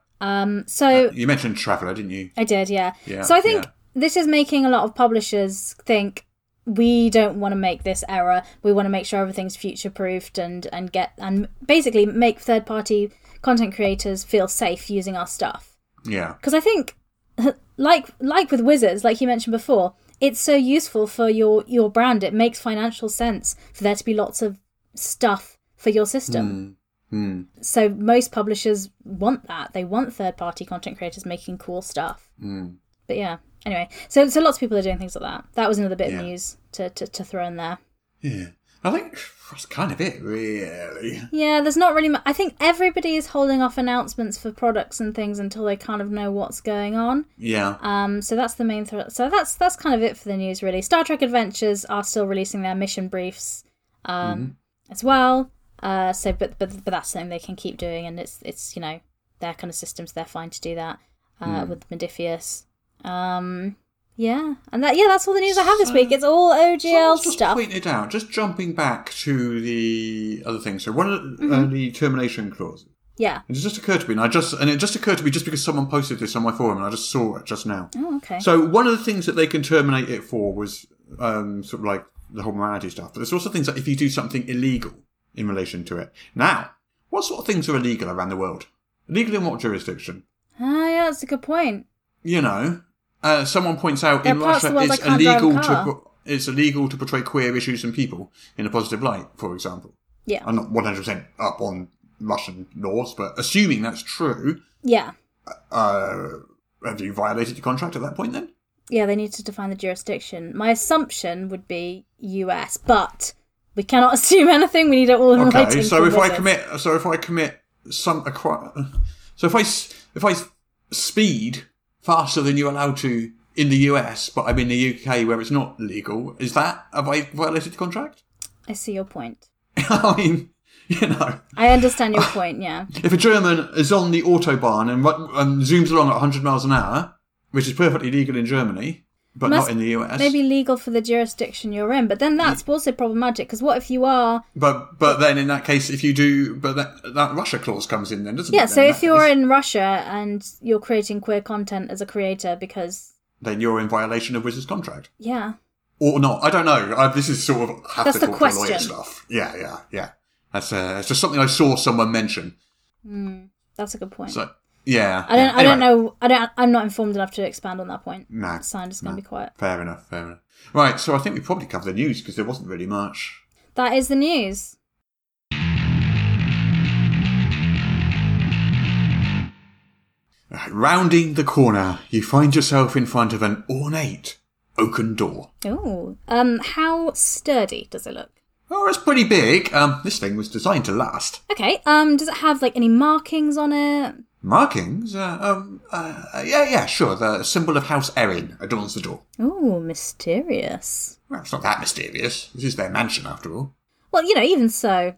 So You mentioned Traveller, didn't you? I did, yeah. Yeah, so I think yeah. this is making a lot of publishers think we don't want to make this error. We want to make sure everything's future proofed and and get and basically make third party content creators feel safe using our stuff. Yeah. Because I think, like like with Wizards, like you mentioned before, it's so useful for your your brand. It makes financial sense for there to be lots of stuff for your system. Hmm. So most publishers want that. They want third party content creators making cool stuff. Mm. But yeah. Anyway, so so lots of people are doing things like that. That was another bit Yeah. of news to, to, to throw in there. Yeah. I think that's kind of it, really. Yeah, there's not really. Mu- I think everybody is holding off announcements for products and things until they kind of know what's going on. Yeah. Um, so that's the main. Th- so that's that's kind of it for the news, really. Star Trek Adventures are still releasing their mission briefs, um, Mm-hmm. as well. Uh, so, but but but that's something they can keep doing, and it's it's you know their kind of systems. They're fine to do that Mm. uh, with Modifius. Um, yeah, and that yeah, that's all the news I have this So- week. It's all OGL just stuff. pointed out, just jumping back to the other thing. So one of the, Mm-hmm. uh, the termination clauses. Yeah. It just occurred to me, and I just and it just occurred to me just because someone posted this on my forum, and I just saw it just now. Oh, okay. So one of the things that they can terminate it for was um, sort of like the whole morality stuff. But there's also things like if you do something illegal in relation to it. Now, what sort of things are illegal around the world? Illegal in what jurisdiction? Ah, yeah, that's a good point. You know, uh, someone points out There are in parts Russia of the world it's I can't drive a illegal to car. po- it's illegal to portray queer issues and people in a positive light, for example. Yeah. I'm not 100% up on Russian laws, but assuming that's true, Yeah. uh, have you violated your contract at that point then? Yeah, they need to define the jurisdiction. My assumption would be US, but we cannot assume anything. We need it all in Okay, writing. so for if I Wizards. commit, so if I commit some, a cri- so if I s- if I s- speed faster than you're allowed to in the US, but I'm in the UK where it's not legal, is that have I violated the contract? I see your point. I mean, you know, I understand your point. Yeah, if a German is on the autobahn and, ru- and zooms along at 100 miles an hour, which is perfectly legal in Germany, but Must- not in the US, maybe legal for the jurisdiction you're in, but then that's also problematic because what if you are? but but then in that case, if you do, but that that Russia clause comes in then, doesn't it? Yeah, so then if that you're is- in Russia and you're creating queer content as a creator, because then you're in violation of Wizards contract. yeah, or not. I don't know. I, this is sort of have That's to the talk to a lawyer question. stuff. Yeah, yeah, yeah. That's uh, it's just something I saw someone mention. that's a good point. So yeah, I don't. yeah. I don't Anyway, know. I don't. I'm not informed enough to expand on that point. No, so I'm just going no. to be quiet. Fair enough. Fair enough. Right. So I think we probably covered the news because there wasn't really much. That is the news. Right, rounding the corner, you find yourself in front of an ornate oaken door. Oh, um, how sturdy does it look? Oh, it's pretty big. Um, this thing was designed to last. Okay. Um, does it have like any markings on it? Markings? Uh, um, uh, yeah, yeah, sure. The symbol of House Erin adorns the door. Oh, mysterious. Well, it's not that mysterious. This is their mansion, after all. Well, you know, even so.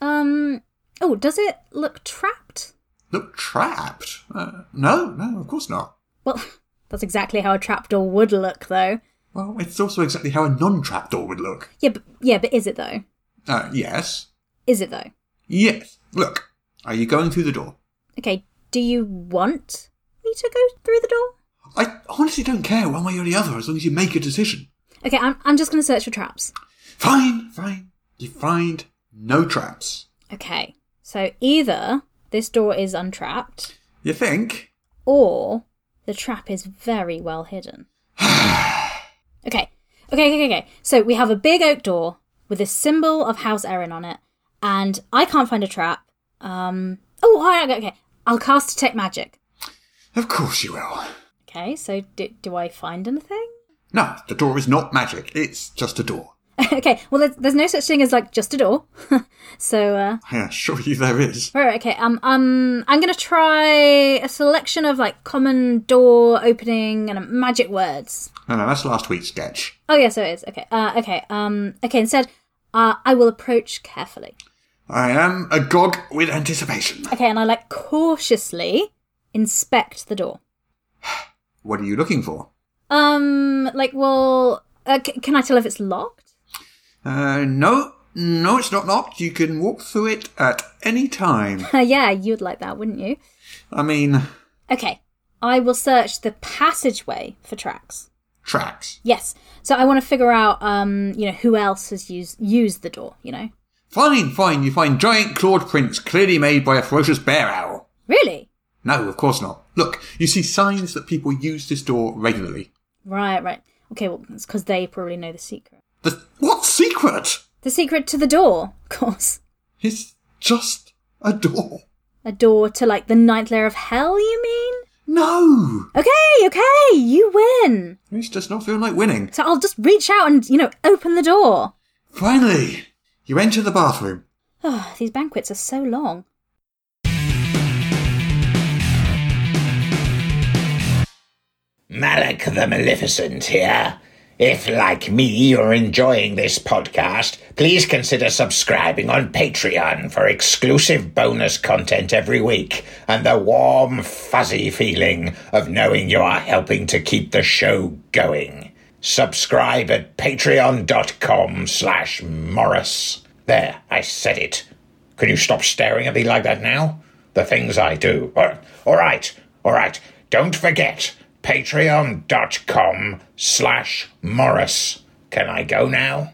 Um. Oh, does it look trapped? Look trapped? Uh, no, no, of course not. Well, that's exactly how a trapdoor would look, though. Well, it's also exactly how a non-trap door would look. Yeah, but yeah, but is it though? Uh, yes, Is it though? yes. Look, are you going through the door? Okay. Do you want me to go through the door? I honestly don't care one way or the other, as long as you make a decision. Okay, I'm, I'm just going to search for traps. Fine, fine. You find no traps. Okay, so either this door is untrapped, You think? or the trap is very well hidden. okay. okay, okay, okay, okay. So we have a big oak door with a symbol of House Erin on it, and I can't find a trap. Um. Oh, all right, okay, okay. I'll cast detect magic. Of course you will. Okay, so do, do I find anything? No, the door is not magic. It's just a door. okay, well, there's, there's no such thing as like just a door. so, uh, I assure you there is. Right, okay. Um, um, I'm gonna try a selection of like common door opening and uh, magic words. No, no, that's last week's sketch. Oh yeah, so it is. Okay. Uh, okay. Um, okay. Instead, uh, I will approach carefully. I am agog with anticipation. Okay, and I like cautiously inspect the door. What are you looking for? Um, like, well, uh, c- can I tell if it's locked? Uh, no, no, it's not locked. You can walk through it at any time. yeah, you'd like that, wouldn't you? I mean, Okay, I will search the passageway for tracks. tracks. Yes. So I want to figure out, um, you know, who else has used used the door. You know, Fine, fine, you find giant clawed prints clearly made by a ferocious bear owl. really? No, of course not. Look, you see signs that people use this door regularly. Right, right. Okay, well, it's because they probably know the secret. The what secret? The secret to the door, of course. It's just a door. A door to like the ninth layer of hell. You mean? No, Okay, okay, you win. this does not feel like winning. So I'll just reach out and you know open the door. Finally, you enter the bathroom. Oh, these banquets are so long. Malak the Maleficent here. If, like me, you're enjoying this podcast, please consider subscribing on Patreon for exclusive bonus content every week and the warm, fuzzy feeling of knowing you are helping to keep the show going. Subscribe at patreon.com slash Morris. There, I said it. Can you stop staring at me like that now? The things I do. All- all right, all right. Don't forget, patreon.com slash Morris. Can I go now?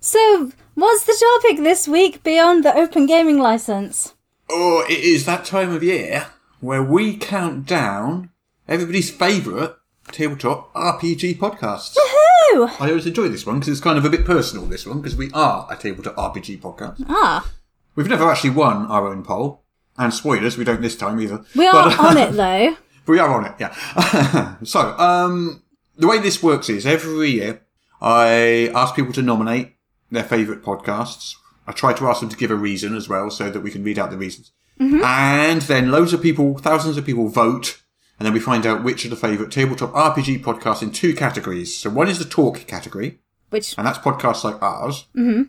So, what's the topic this week beyond the open gaming license? Or Oh, it is that time of year where we count down everybody's favourite tabletop RPG podcasts. Woohoo! I always enjoy this one because it's kind of a bit personal, this one, because we are a tabletop RPG podcast. Ah, We've never actually won our own poll. And spoilers, we don't this time either. uh, we are on it though. We are on it, yeah. so, um, the way this works is every year I ask people to nominate their favourite podcasts. I try to ask them to give a reason as well so that we can read out the reasons. And then loads of people, thousands of people vote. And then we find out which are the favourite tabletop RPG podcasts in two categories. So one is the talk category, Which and that's podcasts like ours, Mm-hmm.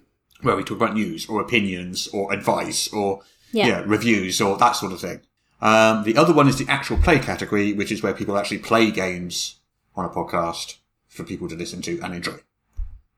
where we talk about news or opinions or advice or Yeah. yeah. reviews or that sort of thing. Um, the other one is the actual play category, which is where people actually play games on a podcast for people to listen to and enjoy.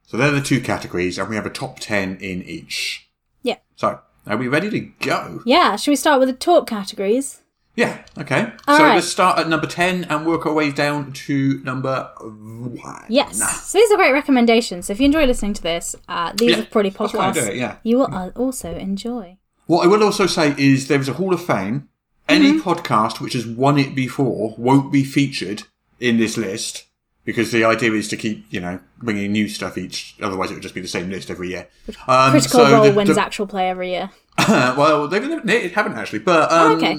So they're the two categories, and we have a top ten in each. Yeah. So are we ready to go? yeah, should we start with the talk categories? Yeah. Okay. All so right. let's start at number ten and work our way down to number one. Yes. So these are great recommendations. So if you enjoy listening to this, uh, these Yeah, are probably that's why I podcasts do it, yeah. you will uh, also enjoy. What I will also say is there is a Hall of Fame. Any Mm-hmm. podcast which has won it before won't be featured in this list because the idea is to keep, you know, bringing new stuff each. Otherwise, it would just be the same list every year. Um, Critical so Role the- wins the- actual play every year. well, they haven't, they haven't actually, but um, Oh, okay.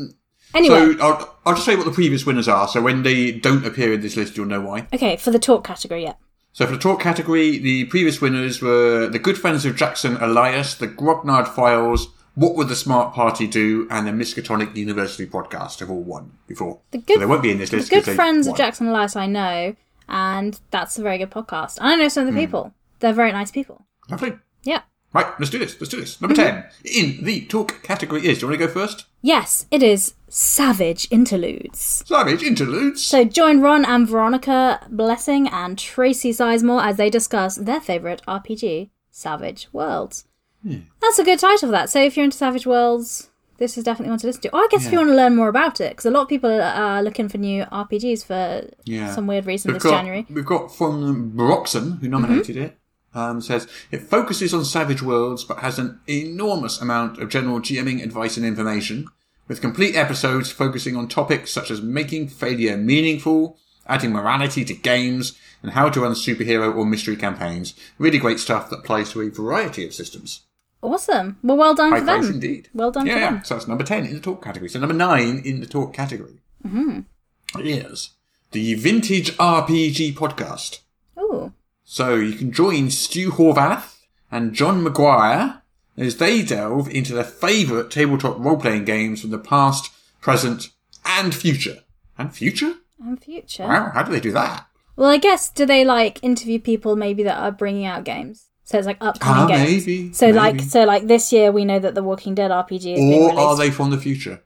Anyway, So I'll, I'll just say what the previous winners are. So when they don't appear in this list, you'll know why. okay, for the talk category, yeah. So for the talk category, the previous winners were the Good Friends of Jackson Elias, the Grognard Files, What Would the Smart Party Do, and the Miskatonic University podcast have all won before. The good, so they won't be in this list. The 'cause good they friends won. of Jackson Elias I know, and that's a very good podcast. And I know some Hmm. of the people. They're very nice people. Lovely. Yeah. Right, let's do this. Let's do this. Number ten Mm-hmm. in the talk category is. Do you want to go first? Yes, it is Savage Interludes. Savage interludes. So join Ron and Veronica Blessing and Tracy Sizemore as they discuss their favourite RPG, Savage Worlds. Hmm. That's a good title for that. So if you're into Savage Worlds, this is definitely one to listen to. Or I guess if you want to learn more about it, because a lot of people are looking for new RPGs for Yeah. some weird reason We've this got, January. Mm-hmm. We've got from Broxon, who nominated it, um, says it focuses on savage worlds but has an enormous amount of general GMing advice and information, with complete episodes focusing on topics such as making failure meaningful, adding morality to games, and how to run superhero or mystery campaigns. Really great stuff that applies to a variety of systems. Awesome. Well, well done High Oh, for praise them. indeed. Well done yeah, for yeah. them. So that's number 10 in the talk category. So number 9 in the talk category mm-hmm. is the Vintage RPG podcast. Ooh. So you can join Stu Horvath and John Maguire as they delve into their favourite tabletop role-playing games from the past, present, and future. And future? And future. Wow, how do they do that? Well, I guess do they like interview people maybe that are bringing out games? So it's like upcoming Ah, games. maybe, so like maybe. so like this year we know that the Walking Dead RPG is being Or released. are they from the future?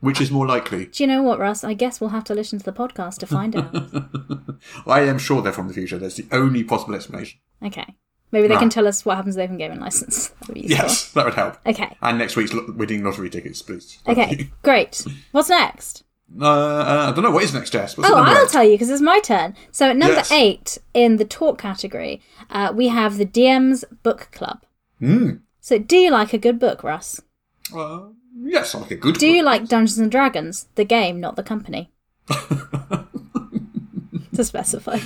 Which is more likely? Do you know what, Russ? I guess we'll have to listen to the podcast to find out. I am sure they're from the future. That's the only possible explanation. okay. Maybe they can Right. tell us what happens if they have a gaming license. That would be useful. Yes, that would help. Okay. And next week's lo- winning lottery tickets, please. Okay, great. What's next? Uh, uh, I don't know what is next, Jess. What's Oh, the number I'll eight? tell you because it's my turn. So at number Yes. eight in the talk category, uh, we have the DM's book club. Hmm. So do you like a good book, Russ? Uh, yes, I like a good. Do you like Dungeons and Dragons, the game, not the company? to specify,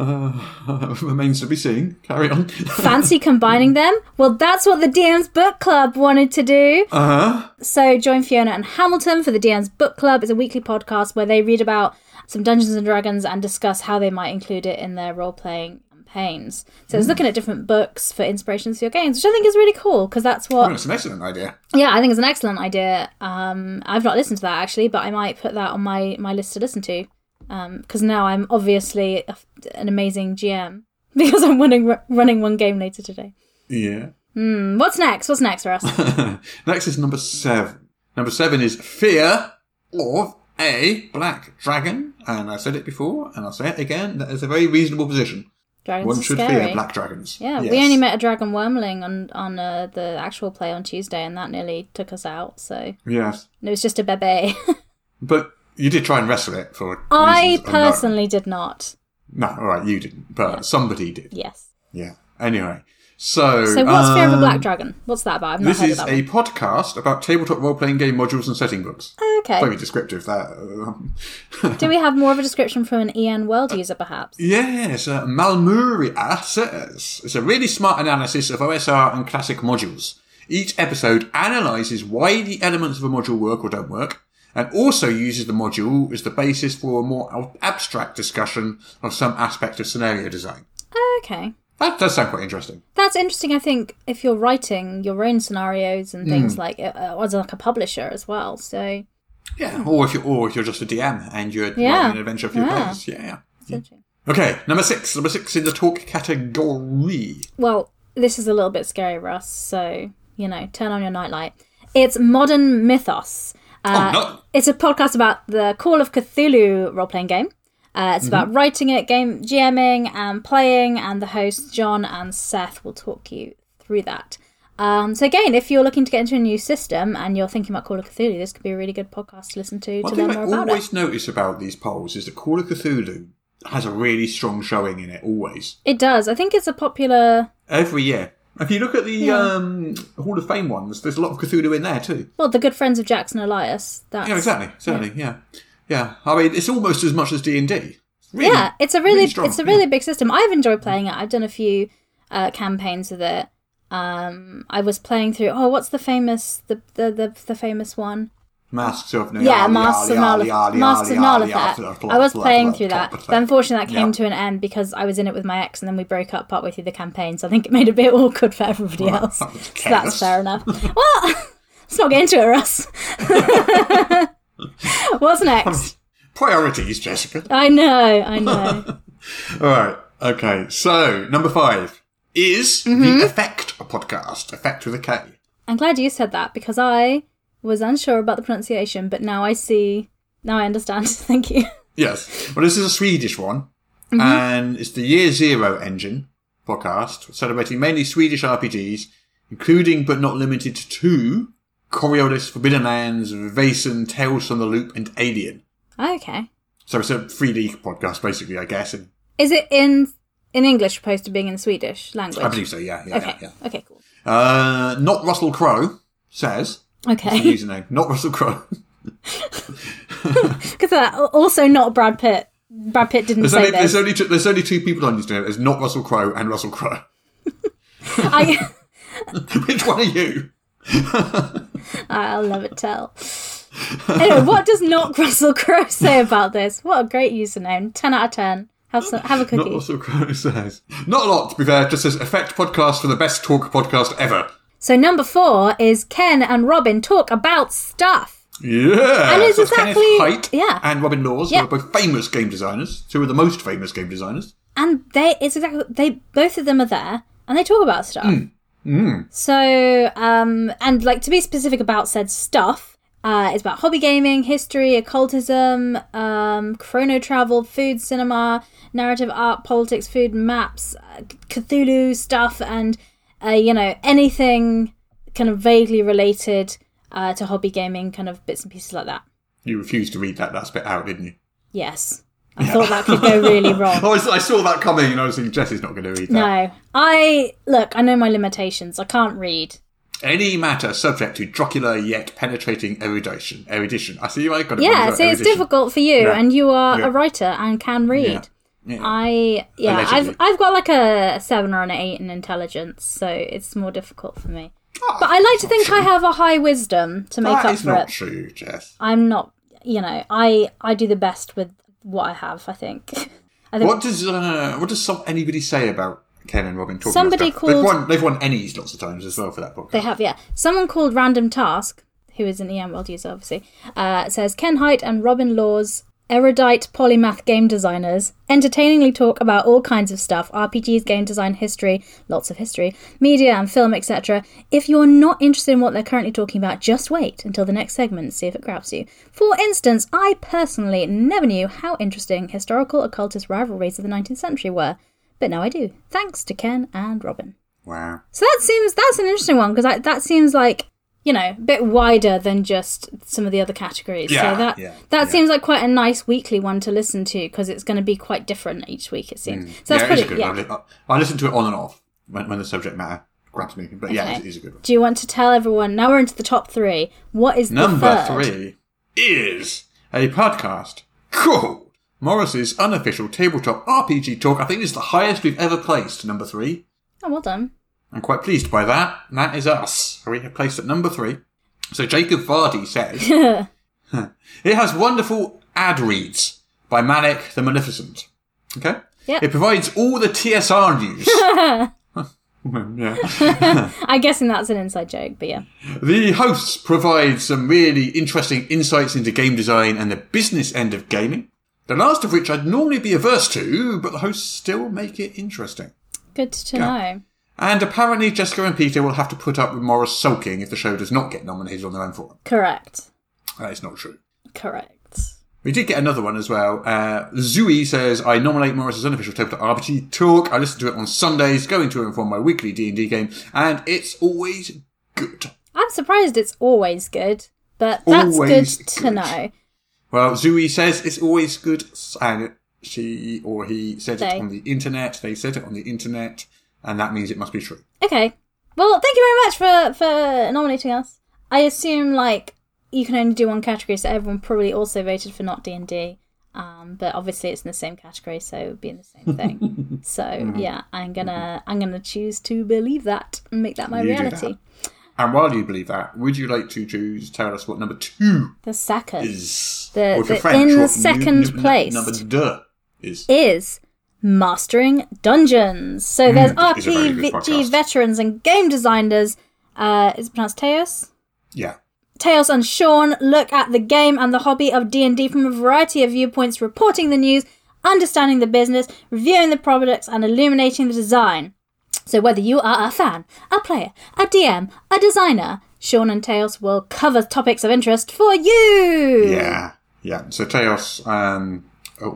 Uh, remains to be seen. Carry on. fancy combining them? Well, that's what the DM's book club wanted to do. Uh, So join Fiona and Hamilton for the DM's Book Club. It's a weekly podcast where they read about some Dungeons and Dragons and discuss how they might include it in their role playing campaigns. So it's looking at different books for inspirations for your games, which I think is really cool because that's oh, what. that's an excellent idea. Yeah, I think it's an excellent idea. Um, I've not listened to that actually, but I might put that on my my list to listen to because now I'm obviously a, an amazing GM because I'm running running one game later today. Yeah. Mm, What's next? What's next, Russ? Next is number seven. Number seven is fear of a black dragon, and I said it before, and I'll say it again. That is a very reasonable position. Dragons One are should scary. fear black dragons. Yeah, Yes. we only met a dragon wormling on on uh, the actual play on Tuesday, and that nearly took us out. So and Yes, it was just a bebe. but you did try and wrestle it for. I reasons unknown. personally did not. No, all right, you didn't, but somebody did. Yes. Yeah. Anyway, so So what's Fear of a um, Black Dragon? What's that about? I've not This heard is of a that podcast about tabletop role-playing game modules and setting books. one. Very Okay. descriptive. That. um, Do we have more of a description from an EN World user, perhaps? Yes, uh, Malmuria says it's a really smart analysis of OSR and classic modules. Each episode analyzes why the elements of a module work or don't work, and also uses the module as the basis for a more ab- abstract discussion of some aspect of scenario design. Okay. That does sound quite interesting. That's interesting. I think if you're writing your own scenarios and Hmm. things like, uh, uh, as like a publisher as well. So, Yeah, or if you're or if you're just a DM and you're Yeah. writing an adventure for your Yeah. players. Yeah, yeah. it's interesting. Okay, number six. Number six in the talk category. Well, this is a little bit scary, Russ. So you know, turn on your nightlight. It's modern mythos. Uh, Oh, no. It's a podcast about the Call of Cthulhu role playing game. Uh, it's Mm-hmm. about writing it, game GMing, and playing, and the hosts John and Seth will talk you through that. Um, so again, if you're looking to get into a new system and you're thinking about Call of Cthulhu, this could be a really good podcast to listen to One to thing learn I more about it. always notice about these polls is that Call of Cthulhu has a really strong showing in it always It does. I think it's a popular every year. If you look at the Yeah. um, Hall of Fame ones, there's a lot of Cthulhu in there too. well, the good friends of Jackson Elias. That's yeah, exactly, certainly, yeah. yeah, I mean, it's almost as much as D and D. yeah, it's a really, strong, it's a really yeah. big system. I've enjoyed playing it. I've done a few uh, campaigns with it. Um, I was playing through. Oh, what's the famous the the the, the famous one? Masks of yeah, Masks of Nalath- Masks of Nalath. I was playing through that, but unfortunately, that came Yeah. to an end because I was in it with my ex, and then we broke up partway through the campaign. So I think it made it a bit awkward for everybody else. that was So that's careless. fair enough. well, let's not get into it, Russ. what's next? Priorities, Jessica. I know, I know. All right. Okay. So number five is Mm-hmm. the Effect podcast. Effect with a K. I'm glad you said that because I was unsure about the pronunciation, but now I see. Now I understand. Thank you. Yes. Well, this is a Swedish one, Mm-hmm. and it's the Year Zero Engine podcast, celebrating mainly Swedish RPGs, including but not limited to Coriolis, Forbidden Lands, Vason, Tales from the Loop, and Alien. Okay. So it's a 3D podcast, basically, I guess. And Is it in in English opposed to being in Swedish language? I believe so. Yeah. Yeah. okay. Yeah. Okay. Cool. yeah. Uh, not Russell Crowe says that's the Okay. username. Not Russell Crowe. Because that uh, also not Brad Pitt. Brad Pitt didn't There's say only, this. there's, only two, there's only two people on Instagram. There's not Russell Crowe and Russell Crowe. I Which one are you? I'll never tell. Anyway, what does not Russell Crowe say about this? What a great username. Ten out of ten. Have some, have a Not cookie. Russell Crowe says. Not a lot, to be fair. Just says Effect Podcast for the best talk podcast ever. So number four is Ken and Robin talk about stuff. Yeah. And it's So exactly- Kenneth Haidt yeah. and Robin Laws, who Yeah. are both famous game designers, two of the most famous game designers. and they it's exactly they both of them are there and they talk about stuff so um and like to be specific about said stuff Uh, it's about hobby gaming, history, occultism, um, chrono travel, food, cinema, narrative art, politics, food, maps, uh, Cthulhu stuff, and uh, you know anything kind of vaguely related uh, to hobby gaming, kind of bits and pieces like that. You refused to read that last bit out, didn't you? Yes, I thought that could go really wrong. Oh, I s- I saw that coming, and I was thinking Jess is not going to read that. No, I look. I know my limitations. I can't read. Any matter subject to jocular yet penetrating erudition. Erudition. I see. I got it. Yeah, wrong, so it's erudition. difficult for you, Yeah. and you are Yeah. a writer and can read. Yeah. I yeah, Allegedly. I've I've got like a seven or an eight in intelligence, so it's more difficult for me. But I like to think I have a high wisdom to make Oh, That up is for not it. true, Jess. I'm not, you know, I I do the best with what I have. I think. I think What does uh, what does some, anybody say about Ken and Robin talking Somebody about stuff? They've called- won, they've won Ennies lots of times as well for that podcast. They have, yeah. Someone called Random Task, who is an EM World user, obviously, uh, says Ken Height and Robin Laws, erudite polymath game designers, entertainingly talk about all kinds of stuff RPGs, game design, history, lots of history, media and film, etc. If you're not interested in what they're currently talking about, just wait until the next segment and see if it grabs you. For instance, I personally never knew how interesting historical occultist rivalries of the 19th century were, but now I do, thanks to Ken and Robin. Wow. So that seems that's an interesting one because that seems like you know a bit wider than just some of the other categories. Yeah, so that yeah, that yeah. seems like quite a nice weekly one to listen to because it's going to be quite different each week. It seems. So that's Hmm. Mm. yeah, pretty. it is a good yeah. one. I, I listen to it on and off when, when the subject matter grabs me. But yeah, Okay. it is a good one. Do you want to tell everyone now we're into the top three? What is the Number third? three is a podcast called Morris's Unofficial Tabletop RPG Talk. I think this is the highest we've ever placed, number three. Oh, well done. I'm quite pleased by that. And That is us. We have placed at number three. So Jacob Vardy says it has wonderful ad reads by Manic the Maleficent. Okay? Yep. It provides all the TSR news. yeah. I'm guessing that's an inside joke, but yeah. The hosts provide some really interesting insights into game design and the business end of gaming, the last of which I'd normally be averse to, but the hosts still make it interesting. Good to Yeah. know. And apparently, Jessica and Peter will have to put up with Morris sulking if the show does not get nominated on their own forum. Correct. That is not true. Correct. We did get another one as well. Uh, Zooey says, I nominate Morris as unofficial tabletop RPG talk. I listen to it on Sundays, going to and from my weekly D&D game, and it's always good. I'm surprised it's always good, but that's Always good to good. know. Well, Zooey says it's always good, and she or he said They. it on the internet. They said it on the internet, and that means it must be true. Okay. Well, thank you very much for for nominating us. I assume like you can only do one category, so everyone probably also voted for not D and D. Um, but obviously it's in the same category, so it would be in the same thing. so yeah, I'm gonna I'm gonna choose to believe that and make that my You do that. reality. And while you believe that, would you like to choose tell us what number two The second is? The- Or if you're the- in the what second place. number duh is. is mastering dungeons. So there's that Hmm. is a very good RPG podcast. veterans and game designers. Uh, is it pronounced Teos? Yeah. Tails and Sean look at the game and the hobby of D&D from a variety of viewpoints, reporting the news, understanding the business, reviewing the products and illuminating the design. So whether you are a fan, a player, a DM, a designer, Sean and Tails will cover topics of interest for you. Yeah. Yeah. So Teos, um,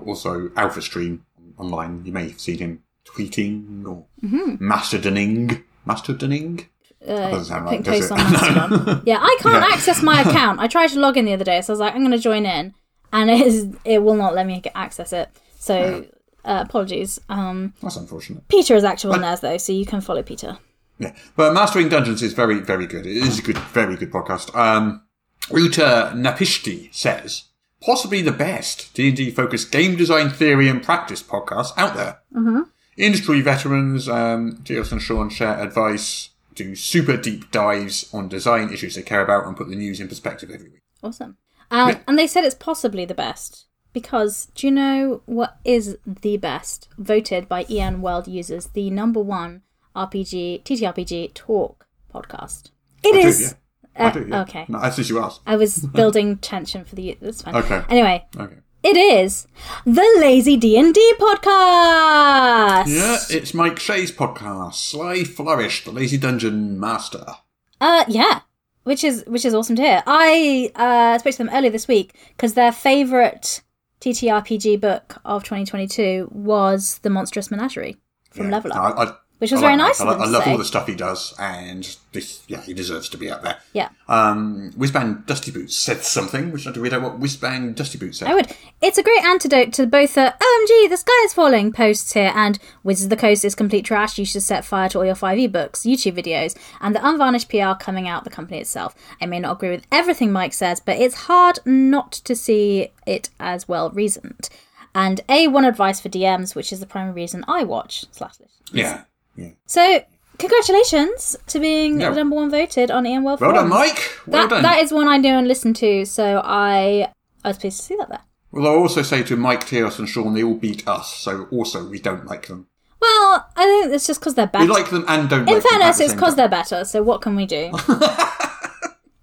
also Alpha Stream online. You may have seen him tweeting or masterdoning. Masterdoning? Mm-hmm. Uh, doesn't sound I right, think does posts it? on Mastodon. yeah, I can't Yeah. access my account. I tried to log in the other day, so I was like, I'm going to join in, and it is it will not let me get access it. So uh, apologies. Um, That's unfortunate. Peter is actual Naz though, so you can follow Peter. Yeah, but Mastering Dungeons is very, very good. It is a good, very good podcast. Um, Uta Napishti says, possibly the best D&D focused game design theory and practice podcast out there. Mm-hmm. Industry veterans, um, Geos and Sean share advice, do super deep dives on design issues they care about and put the news in perspective every week. Awesome. Um, And they said it's possibly the best because do you know what is the best voted by EN World users? The number one RPG TTRPG talk podcast. It I do, is. yeah. I uh, do, yeah. okay. Uh, No, that's as you asked. I was building tension for the. That's fine. Okay. Anyway, Okay. it is the Lazy D and D podcast. Yeah, it's Mike Shay's podcast, Sly Flourish, the Lazy Dungeon Master. Uh, yeah. which is which is awesome to hear. I uh, spoke to them earlier this week because their favourite TTRPG book of 2022 was The Monstrous Menagerie from Yeah. Level Up. I- I- which was I very like nice that. I, of them I to love say. all the stuff he does, and this, yeah, he deserves to be out there. yeah, Um, Whizbang Dusty Boots said something, which I had to read out what Whizbang Dusty Boots said. I would. It's a great antidote to both the "OMG, the sky is falling" posts here and "Wizards of the Coast is complete trash. You should set fire to all your 5e books, YouTube videos, and the unvarnished PR coming out the company itself." I may not agree with everything Mike says, but it's hard not to see it as well reasoned. And a one advice for DMs, which is the primary reason I watch slash listen. Yeah. So, congratulations to being Yeah. number one voted on Ian World. Well done, Forums. Mike. Well that done. that is one I knew and listened to, so I I was pleased to see that there. well, I'll also say to Mike, Teos, and Sean, they all beat us, so also we don't like them. Well, I think it's just because they're better. We like them and don't In like them. at fairness, the it's same because time. they're better. So what can we do?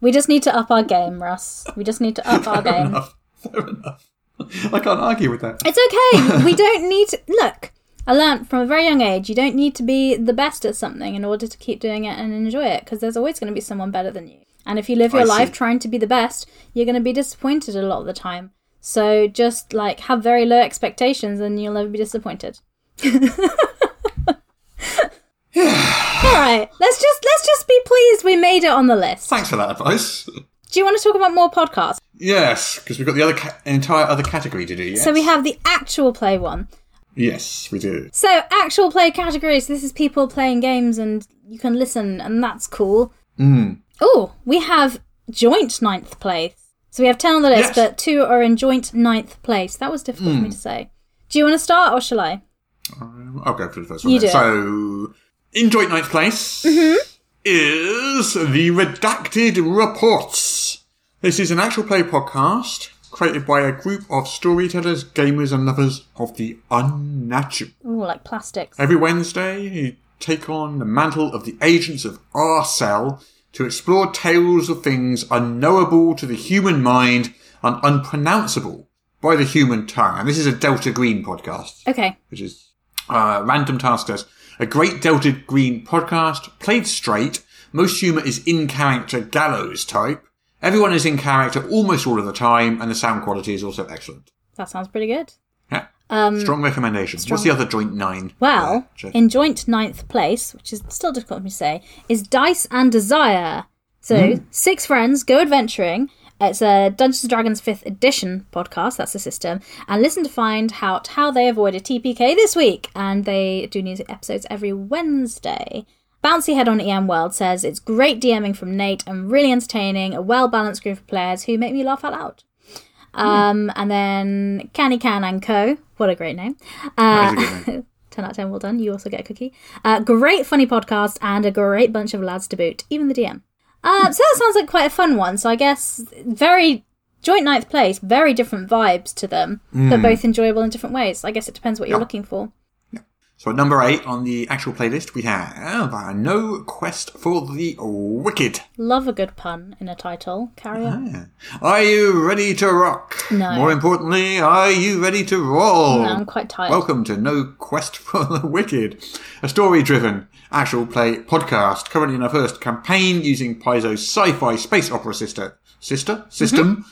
we just need to up our game, Russ. We just need to up our game. Fair enough. I can't argue with that. It's okay. we don't need to look. I learnt from a very young age you don't need to be the best at something in order to keep doing it and enjoy it because there's always going to be someone better than you. And if you live your I see. life trying to be the best, you're going to be disappointed a lot of the time. So just like have very low expectations and you'll never be disappointed. All right, let's just let's just be pleased we made it on the list. Thanks for that advice. Do you want to talk about more podcasts? Yes, because we've got the other ca- entire other category to do. Yes. So we have the actual play one. Yes, we do. So, actual play categories. This is people playing games, and you can listen, and that's cool. Oh, we have joint ninth place. So we have ten on the Yes. list, but two are in joint ninth place. That was difficult for me to say. Do you want to start, or shall I? I'll go for the first one. You then. do. So, in joint ninth place is the Redacted Reports. This is an actual play podcast created by a group of storytellers, gamers, and lovers of the unnatural. Ooh, like plastics. Every Wednesday, you take on the mantle of the agents of Arcel to explore tales of things unknowable to the human mind and unpronounceable by the human tongue. And this is a Delta Green podcast Okay. which is uh, Random Taskers, a great Delta Green podcast, played straight. Most humour is in character, gallows type. Everyone is in character almost all of the time, and the sound quality is also excellent. That sounds pretty good. Yeah. Um, strong recommendation. What's the other joint nine? Well, Uh, in joint ninth place, which is still difficult for me to say, is Dice and Desire. So, six friends go adventuring. It's a Dungeons and Dragons 5th edition podcast, that's the system, and listen to find out how they avoided TPK this week. And they do new episodes every Wednesday. Bouncy Head on EM World says it's great DMing from Nate and really entertaining, a well balanced group of players who make me laugh out loud. Um, And then Canny Can and Co. What a great name. That is a good name. 10 out of 10, well done. You also get a cookie. Uh, great funny podcast and a great bunch of lads to boot, even the DM. Uh, so that sounds like quite a fun one. So I guess very joint ninth place, very different vibes to them, but both enjoyable in different ways. I guess it depends what you're Yeah. looking for. So at number eight on the actual playlist, we have uh, No Quest for the Wicked. Love a good pun in a title. Carry on. Yeah. Are you ready to rock? No. More importantly, are you ready to roll? No, I'm quite tired. Welcome to No Quest for the Wicked, a story driven actual play podcast currently in our first campaign using Paizo's sci fi space opera sister, sister? Mm-hmm. System,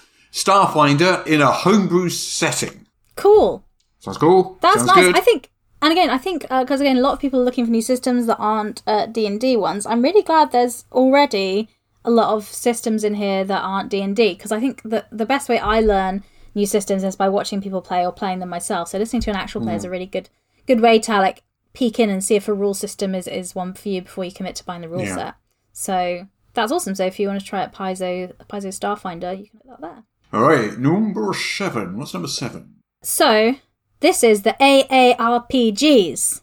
Starfinder in a homebrew setting. Cool. Sounds cool. That's Sounds nice. Good. I think, and again, I think because again, a lot of people are looking for new systems that aren't uh, D and D ones. I'm really glad there's already a lot of systems in here that aren't D and D because I think the the best way I learn new systems is by watching people play or playing them myself. So listening to an actual player is a Mm. really good good way to like peek in and see if a rule system is is one for you before you commit to buying the rule Yeah. set. So. That's awesome. So if you want to try it, Paizo Paizo Starfinder, you can look that there. All right, number seven. What's number seven? So, this is the AARPGs.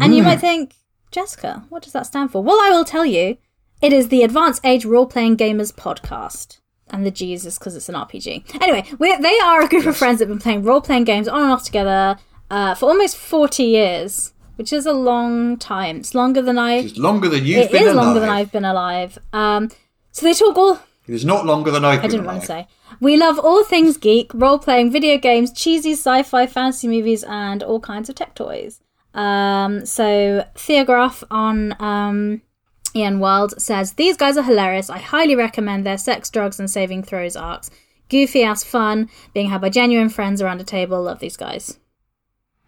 And Hmm. you might think, Jessica, what does that stand for? Well, I will tell you. It is the Advanced Age Role Playing Gamers podcast. And the G's is because it's an RPG. Anyway, we're, they are a group of friends that have been playing role playing games on and off together uh, for almost 40 years, which is a long time. It's longer than I. It's longer than you've It been is alive. longer than I've been alive. Um, so they talk all. It is not longer than I've I been didn't alive. want to say. We love all things geek, role playing, video games, cheesy sci fi, fantasy movies, and all kinds of tech toys. Um, so, Theograph on um, Ian Wild says, These guys are hilarious. I highly recommend their sex, drugs, and saving throws arcs. Goofy ass fun, being had by genuine friends around a table. Love these guys.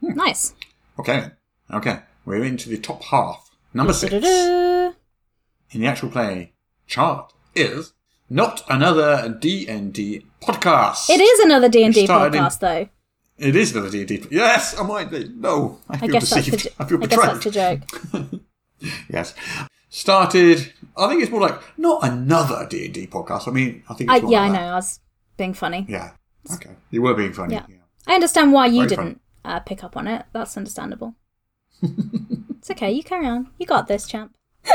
Hmm. Nice. Okay, okay. We're into the top half. Number six in Da-da-da. the actual play chart is not another D and D podcast. It is another D and D We started in- podcast, though. It is another D and D. Yes, I might be. No, I I feel guess that's deceived. the. j- I feel guess betrayed. that's the joke. Yes. Started. I think it's more like not another D and D podcast. I mean, I think. It's I, more yeah, I like know. that. I was being funny. Yeah. Okay. You were being funny. Yeah. I understand why you Very funny. didn't uh, pick up on it. That's understandable. it's okay. You carry on. You got this, champ.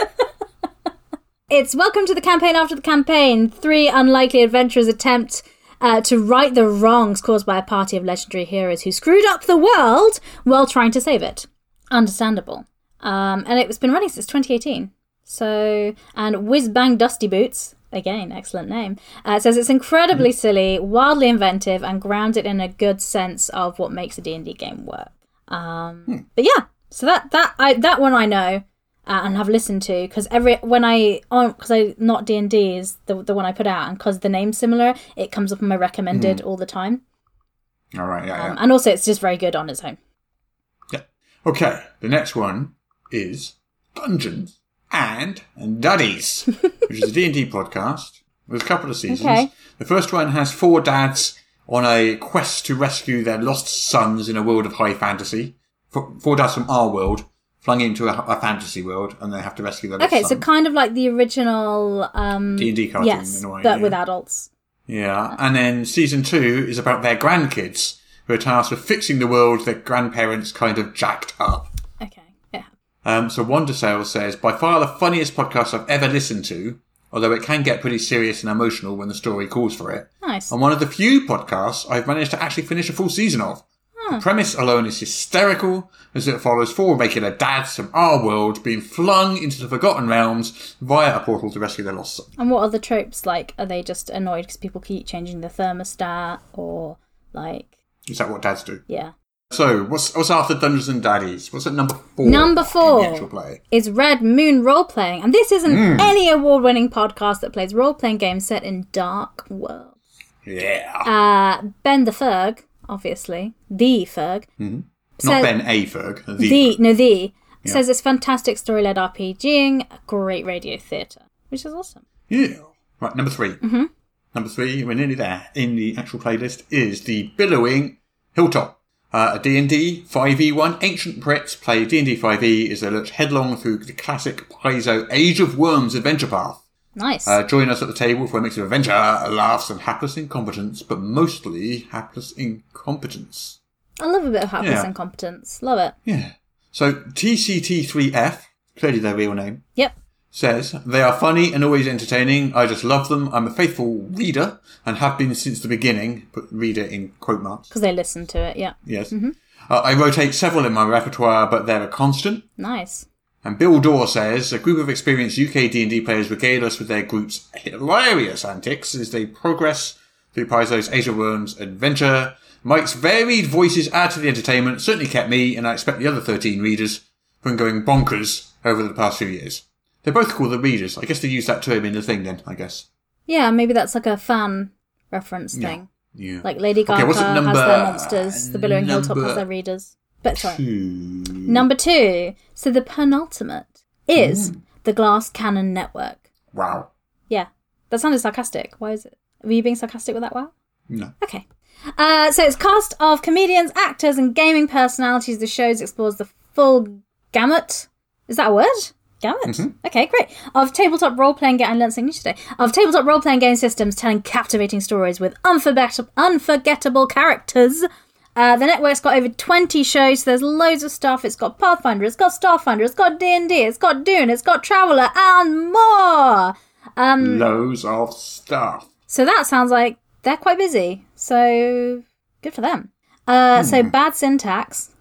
it's Welcome to the Campaign After the Campaign. Three unlikely adventurers attempt uh, to right the wrongs caused by a party of legendary heroes who screwed up the world while trying to save it. Understandable. Um, and it's been running since 2018. So, and Whiz Bang Dusty Boots, again, excellent name, uh, says it's incredibly silly, wildly inventive, and grounded in a good sense of what makes a D&D game work. Um, But yeah, so that that I that one I know uh, and have listened to because every when I on because I not D and D is the the one I put out and because the name's similar, it comes up on my recommended all the time. All right. Yeah. Um, yeah. and also, it's just very good on its own. yeah. Okay. The next one is Dungeons and Daddies, which is a D and D podcast with a couple of seasons. Okay. The first one has four dads on a quest to rescue their lost sons in a world of high fantasy. Four four dads from our world flung into a, a fantasy world, and they have to rescue their lost Okay, so sons. kind of like the original um, D&D cartoon yes, in a way, but yeah. with adults. Yeah, and then season two is about their grandkids who are tasked with fixing the world their grandparents kind of jacked up. Okay, yeah. Um, so Wonder Sale says, by far the funniest podcast I've ever listened to, although it can get pretty serious and emotional when the story calls for it. Nice. And one of the few podcasts I've managed to actually finish a full season of. The premise alone is hysterical as it follows four regular dads from our world being flung into the forgotten realms via a portal to rescue their lost son. And what are the tropes like? Are they just annoyed because people keep changing the thermostat, or like, Is that what dads do? yeah? So, what's what's after Dungeons and Daddies? What's at number four? Number In the actual four play. is Red Moon Role Playing, and this isn't Hmm. any award-winning podcast that plays role-playing games set in dark worlds. Yeah. Uh, ben the Ferg, obviously the Ferg, Not so- Ben A. Ferg. The, the, no the says it's fantastic story-led RPGing, great radio theatre, which is awesome. Yeah. Right, number 3 Mm-hmm. Number three, we're nearly there. In the actual playlist is the Billowing Hilltop. Uh, a D&D 5e1. E Ancient Brits play D&D 5e E as they lurch headlong through the classic Paizo Age of Worms adventure path. Nice. Uh, join us at the table for a mix of adventure, laughs, and hapless incompetence, but mostly hapless incompetence. I love a bit of hapless yeah. incompetence. Love it. Yeah. So TCT3F, clearly their real name, Yep. says they are funny and always entertaining. I just love them. I'm a faithful reader and have been since the beginning. Put reader in quote marks. Because they listen to it. Yeah. Yes. Uh, I rotate several in my repertoire, but they're a constant. Nice. And Bill Dorr says a group of experienced UK D&D players regale us with their group's hilarious antics as they progress through Paizo's Asia Worms adventure. Mike's varied voices add to the entertainment, certainly kept me, and I expect the other 13 readers, from going bonkers over the past few years. They're both called the readers. I guess they use that term in the thing then, I guess. Yeah, maybe that's like a fan reference Yeah. thing. Yeah. Like Lady Okay, Gaga what's at has number- their monsters, the Billowing Hilltop number has their readers. But sorry. two. Number two. So the penultimate is Mm. the Glass Cannon Network. Wow. Yeah. That sounded sarcastic. Why is it? Were you being sarcastic with that wow? No. Okay. Uh, so it's cast of comedians, actors, and gaming personalities. The shows explores the full gamut. Is that a word? Gamut. Okay, great. Of tabletop role playing game, I learned something new today. Of tabletop role playing game systems, telling captivating stories with unforget- unforgettable characters. Uh, the network's got over twenty shows, so there's loads of stuff. It's got Pathfinder, it's got Starfinder, it's got D and D, it's got Dune, it's got Traveller, and more. Loads of stuff. So that sounds like they're quite busy. So good for them. Uh, So bad syntax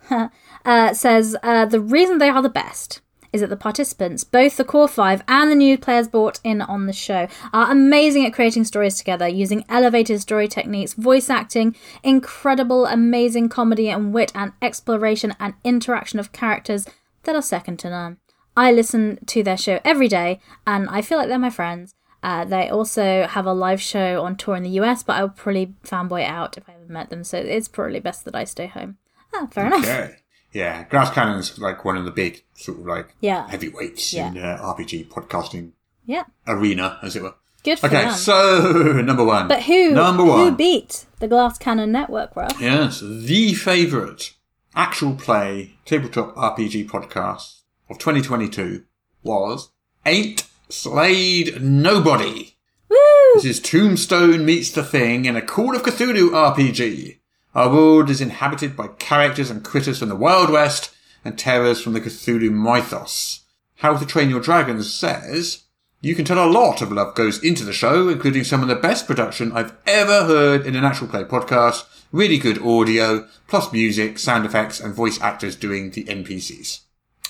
uh, says uh, the reason they are the best is that the participants, both the core five and the new players brought in on the show, are amazing at creating stories together using elevated story techniques, voice acting, incredible, amazing comedy and wit, and exploration and interaction of characters that are second to none. I listen to their show every day, and I feel like they're my friends. Uh, they also have a live show on tour in the US, but I'll probably fanboy out if I ever met them, so it's probably best that I stay home. Ah, fair enough. Yeah. Yeah, Glass Cannon's like one of the big sort of like Yeah. heavyweights Yeah. in uh, RPG podcasting Yeah, arena, as it were. good for Okay, them. so number one. but who Number who one. beat the Glass Cannon Network, Ralph? yes, the favourite actual play tabletop RPG podcast of 2022 was Ain't Slayed Nobody. Woo! This is Tombstone meets the Thing in a Call of Cthulhu RPG. Our world is inhabited by characters and critters from the Wild West and terrors from the Cthulhu mythos. How to Train Your Dragons says, You can tell a lot of love goes into the show, including some of the best production I've ever heard in an actual play podcast, really good audio, plus music, sound effects, and voice actors doing the NPCs.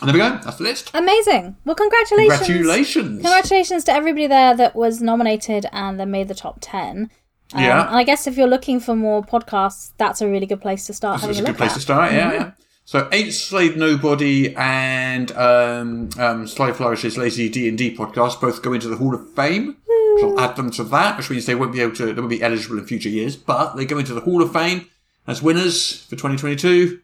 And there we go, that's the list. Amazing. Well, congratulations. Congratulations! Congratulations to everybody there that was nominated and then made the top 10. Um, Yeah. And I guess if you're looking for more podcasts, that's a really good place to start. That's having a look good place at. to start. Yeah, Mhm. yeah. So eight slave nobody and um, um, Sly Flourish's Lazy D and D podcast both go into the Hall of Fame. So I'll add them to that, which means they won't be able to. They won't be eligible in future years, but they go into the Hall of Fame as winners for 2022.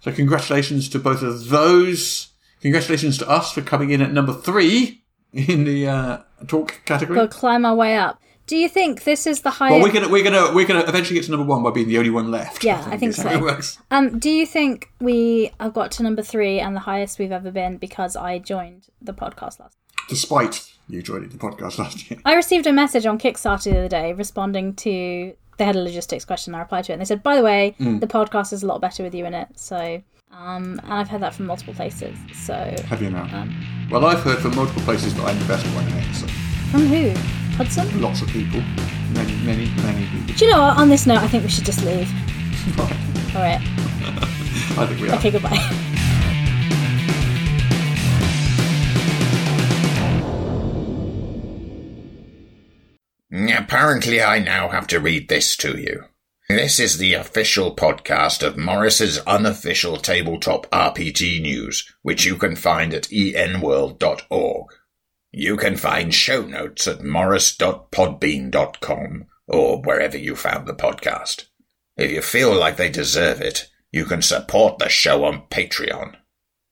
So congratulations to both of those. Congratulations to us for coming in at number three in the uh, talk category. We'll climb our way up. Do you think this is the highest? Well, we're gonna we're gonna we're gonna eventually get to number one by being the only one left. Yeah, I think is how so. it works. um, do you think we have got to number three and the highest we've ever been because I joined the podcast last? Despite you joining the podcast last year. I received a message on Kickstarter the other day responding to they had a logistics question I replied to it and they said, by the way, the podcast is a lot better with you in it. So, um, and I've heard that from multiple places. So, Have you now? well, I've heard from multiple places that I'm the best one in it, so from who? Hudson? lots of people. Many, many, many people. Do you know what? On this note, I think we should just leave. All right. I think we are. Okay, goodbye. Apparently, I now have to read this to you. This is the official podcast of Morris's unofficial tabletop RPG news, which you can find at enworld.org. You can find show notes at morris.podbean.com or wherever you found the podcast. If you feel like they deserve it, you can support the show on Patreon.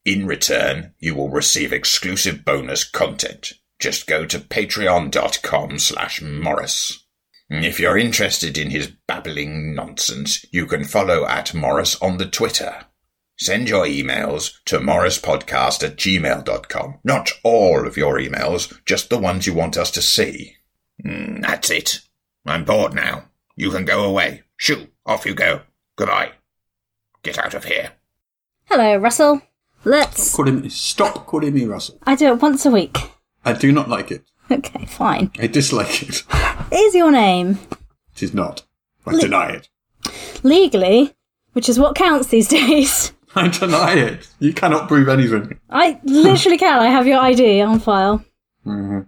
In return, you will receive exclusive bonus content. Just go to patreon.com slash morris. If you're interested in his babbling nonsense, you can follow at Morris on the Twitter. Send your emails to morrispodcast at gmail.com. Not all of your emails, just the ones you want us to see. Mm, that's it. I'm bored now. You can go away. Shoo, off you go. Goodbye. Get out of here. Hello, Russell. Let's. Call him, stop calling me Russell. I do it once a week. I do not like it. Okay, fine. I dislike it. Is your name It is not. I Look- deny it. legally, which is what counts these days? I deny it. You cannot prove anything. I literally can. I have your ID on file. Mhm.